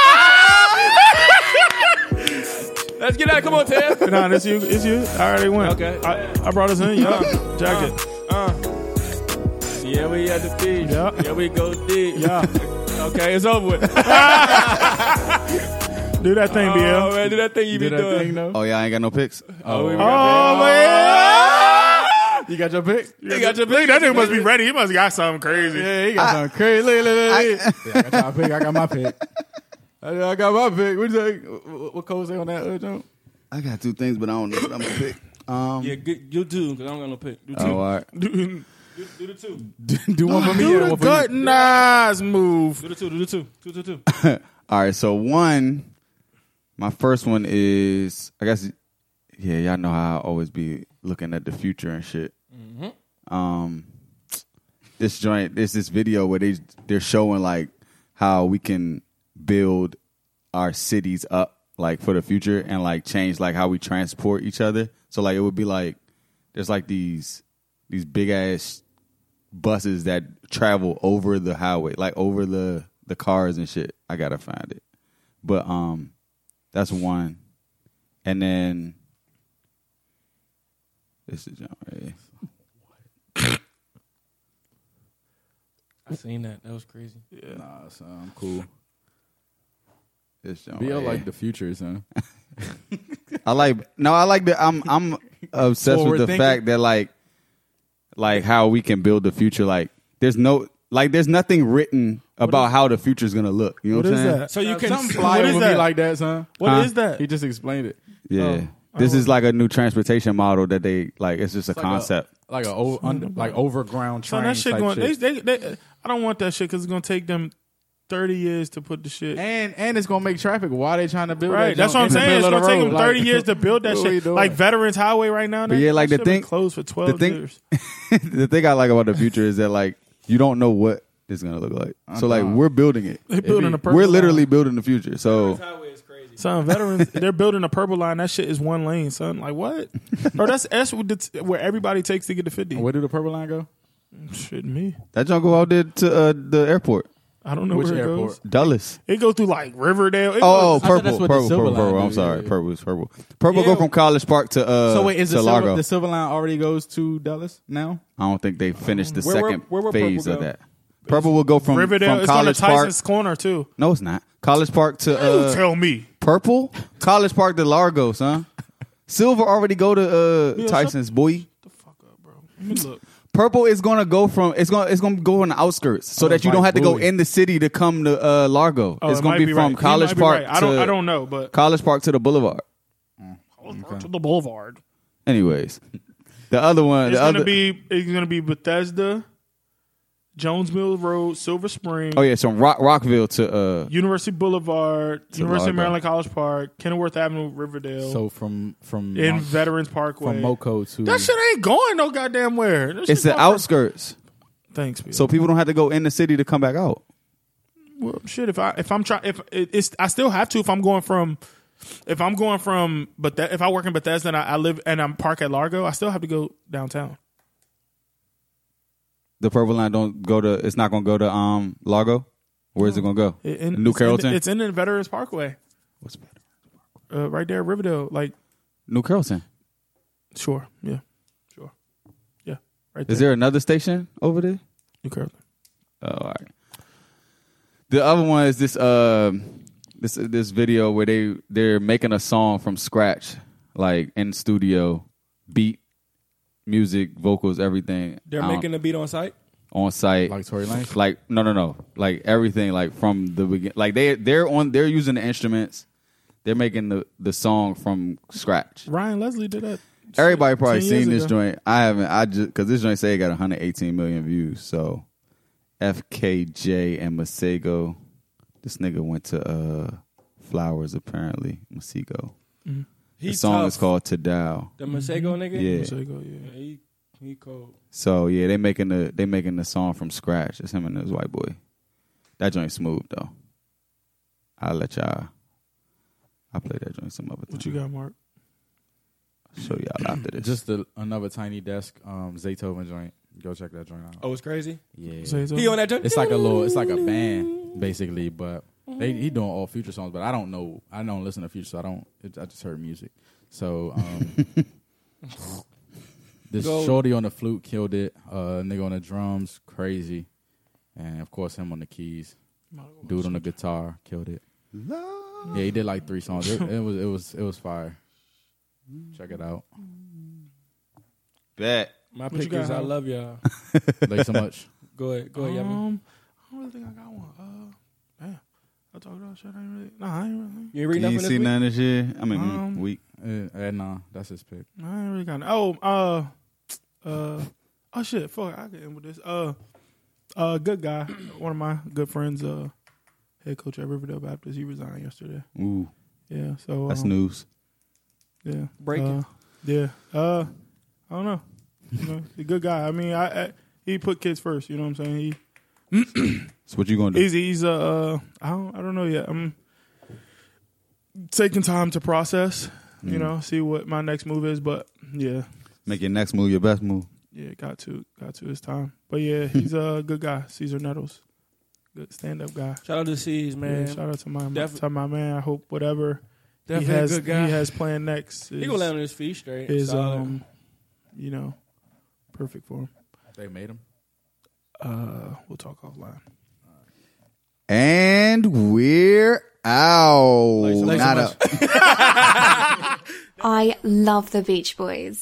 Let's get out. Come on, Ted.
nah, it's you. It's you. I already went.
Okay.
I, I brought us in. Yeah. Jacket.
Uh-huh.
Yeah, we at the beach.
Yeah.
Yeah, we go deep.
Yeah.
Okay, it's over with.
Do that thing, BL.
Oh, man, do that thing you
Do
be
that
doing.
thing though.
Oh, yeah, I ain't got no picks.
Oh, we
Oh,
got
man.
Ah! You got your pick?
You got your
Look, that nigga must be ready. He must got something crazy.
Yeah, he got something crazy. Look, look, look, look. Yeah, I got my pick. I got my pick. I I got my pick. What you say? What- What code say on that uh, jump?
I got two things, but I don't know what I'm gonna pick. Um,
Yeah, good, you do, because I don't got no pick. Do two.
oh, all right.
Do the two.
Do one for me
Do
and
the
one for
gut
you.
nice move.
Do the two. Do the two. Two, two, two.
All right. So one, my first one is I guess, yeah, y'all know how I always be looking at the future and shit. Um, this joint, there's this video where they they're showing like how we can build our cities up like for the future and like change like how we transport each other. So like it would be like there's like these these big ass buses that travel over the highway, like over the the cars and shit. I gotta find it, but um, that's one, and then this is eh, John. Right here.
I seen that. That was crazy.
Nah, son, I'm cool.
This John.
BL
right here.
like the future, son.
I like no, I like the I'm I'm obsessed with
Forward
the
thinking.
fact that like like how we can build the future. Like there's no like there's nothing written about how the future's gonna look. You know what,
What is
I'm saying?
that?
So you can
Something fly
What is
over me
that?
like that, son.
What
Huh?
is that?
He just explained it.
Yeah. This is like a new transportation model that they like. It's just a concept.
Like a o- under, like overground train.
Son, that shit
type
going.
shit.
They, they, they, I don't want that shit because it's gonna take them thirty years to put the shit.
And and it's gonna make traffic. Why they trying to build
Right,
that
that's what I'm
junk in the
saying. It's
middle of the
gonna take them
road? Like,
30 years to build that
what we
shit.
doing?
Like Veterans Highway right now,
But yeah, like, the
that shit been
thing-
closed for 12
the thing-
years.
the thing I like about the future is that like you don't know what it's gonna look like. So like we're building it.
They're building a purple
We're literally building the future. So
highway is crazy.
Son, veterans, they're building a purple line. That shit is one lane, son. Like what? Bro, that's that's what the- where everybody takes to get to fifty.
Where did the purple line go?
Shit, me.
that junk go out there to uh, the airport,
I don't know
Which
where it
airport?
goes.
Dallas.
It goes through like Riverdale. It
Oh,
goes-
that's
purple,
what the
purple,
Silver
purple,
Line
purple. I'm
do,
sorry,
yeah, yeah.
purple is purple. Purple go
Yeah.
from College Park to uh,
so wait, is
to
the
Largo.
silver, the silver line already goes to Dallas now?
I don't think they finished the
Where- where-
second
where will Purple
phase of
go?
that. Purple will go from
Riverdale.
from
It's on the
College Park.
Tyson's corner too.
No, it's not. College Park to
Don't
uh,
tell me.
purple. College Park to Largo, son. Silver already go to uh, Tyson's boy.
Let me look.
Purple is gonna go from it's gonna it's gonna go on the outskirts so that you don't
like
have to go
Bowie.
in the city to come to uh, Largo.
Oh,
it's
it
gonna
might
be,
be
from
right. He
College
might be
Park.
right. I don't-
to-
I don't know, but-
College Park to the Boulevard.
To the Boulevard.
Anyways, the other one,
It's
the
gonna
other
be it's gonna be Bethesda, Jones Mill Road, Silver Spring,
oh yeah, it's from Rock, Rockville to uh
University Boulevard, University of
Largo.
Maryland College Park, Kenilworth Avenue, Riverdale,
So from from
and
Mount-
Veterans Parkway.
from Moco to
That shit ain't going no goddamn where. That
it's
shit
the
going-
outskirts,
Thanks, Bill.
so people don't have to go in the city to come back out.
well, shit. If I if I'm trying if it, it's I still have to if I'm going from if I'm going from but if I work in Bethesda and I, I live and I'm park at Largo, I still have to go downtown.
The purple line don't go to. It's not gonna go to um Largo. Where is it gonna go?
It- and
New
it's
Carrollton.
In, it's in the Veterans Parkway,
What's better?
uh, right there, at Riverdale. Like
New Carrollton.
sure, yeah, sure, yeah, right there,
Is there another station over there?
New Carrollton.
Oh, all right. The other one is this um this this video where they they're making a song from scratch, like in studio, beat, music, vocals, everything.
They're
um,
making the beat on site.
on site,
Like Tory Lanez?
like no, no, no, like everything, like from the begin, like they they're on they're using the instruments, they're making the the song from scratch.
Ryan Leslie did that.
Everybody probably
10 years
seen this
ago.
joint. I haven't. I just because this joint say it got 118 million views. So FKJ and Masego, this nigga went to uh Flowers apparently. Masego. The
He's
song
tough.
is called Tadao.
the Mm-hmm. Masego nigga.
Yeah.
So you go, yeah.
he he cold.
So yeah, they making the they making the song from scratch. It's him and his white boy. That joint smooth though. I'll let y'all. I play that joint some other time.
What you got, Mark?
Show y'all after this.
just the, another tiny desk um Zaytoven joint. Go check that joint out.
Oh, it's crazy.
yeah.
Say it's
He
over.
on that joint.
It's like a little. It's like a band basically, but they he doing all future songs. But I don't know. I don't listen to future, so I don't. It, I just heard music. So um, this
Go.
shorty on the flute killed it. Uh, nigga on the drums, crazy, and of course him on the keys. Dude on the guitar killed it. Yeah, he did like three songs. It, it was it was it was fire. Check it out.
Bet.
My
What you
pick is
got,
I
Hov?
love y'all.
Thank you so much.
Go ahead, go ahead, Yummy.
Um, I don't really think I got one. Uh, damn, I talked about shit. I ain't really. Nah, I ain't really.
You ain't read
You
nothing
ain't
this
seen
week?
none this year. I mean, mm,
Um,
week.
And, Uh, and nah, that's his pick.
I ain't really got. No, oh, uh, uh, oh shit. Fuck, I can end with this. Uh, uh, good guy. One of my good friends. Uh, head coach at Riverdale Baptist. He resigned yesterday.
Ooh,
Yeah. So
that's
um,
news.
Yeah.
Break
uh,
it.
Yeah. Uh, I don't know. You know, he's a good guy. I mean, I, I he put kids first. You know what I'm saying? He
So what you gonna do?
He's he's uh, uh I don't I don't know yet. I'm taking time to process,
Mm.
you know, see what my next move is. But yeah,
Make your next move your best move.
yeah, got to got to his time. But yeah, he's a good guy, Caesar Nettles, good stand up guy.
Shout out to C's, man.
yeah, shout out to my
Def-
to my man. I hope whatever he
Definitely
has
a good guy.
he has planned next
He gonna
is,
land on his feet straight.
is
Solid.
um you know perfect for him.
They made him.
Uh, we'll talk offline.
And we're out.
Thanks so
Not up.
much.
I love the Beach Boys.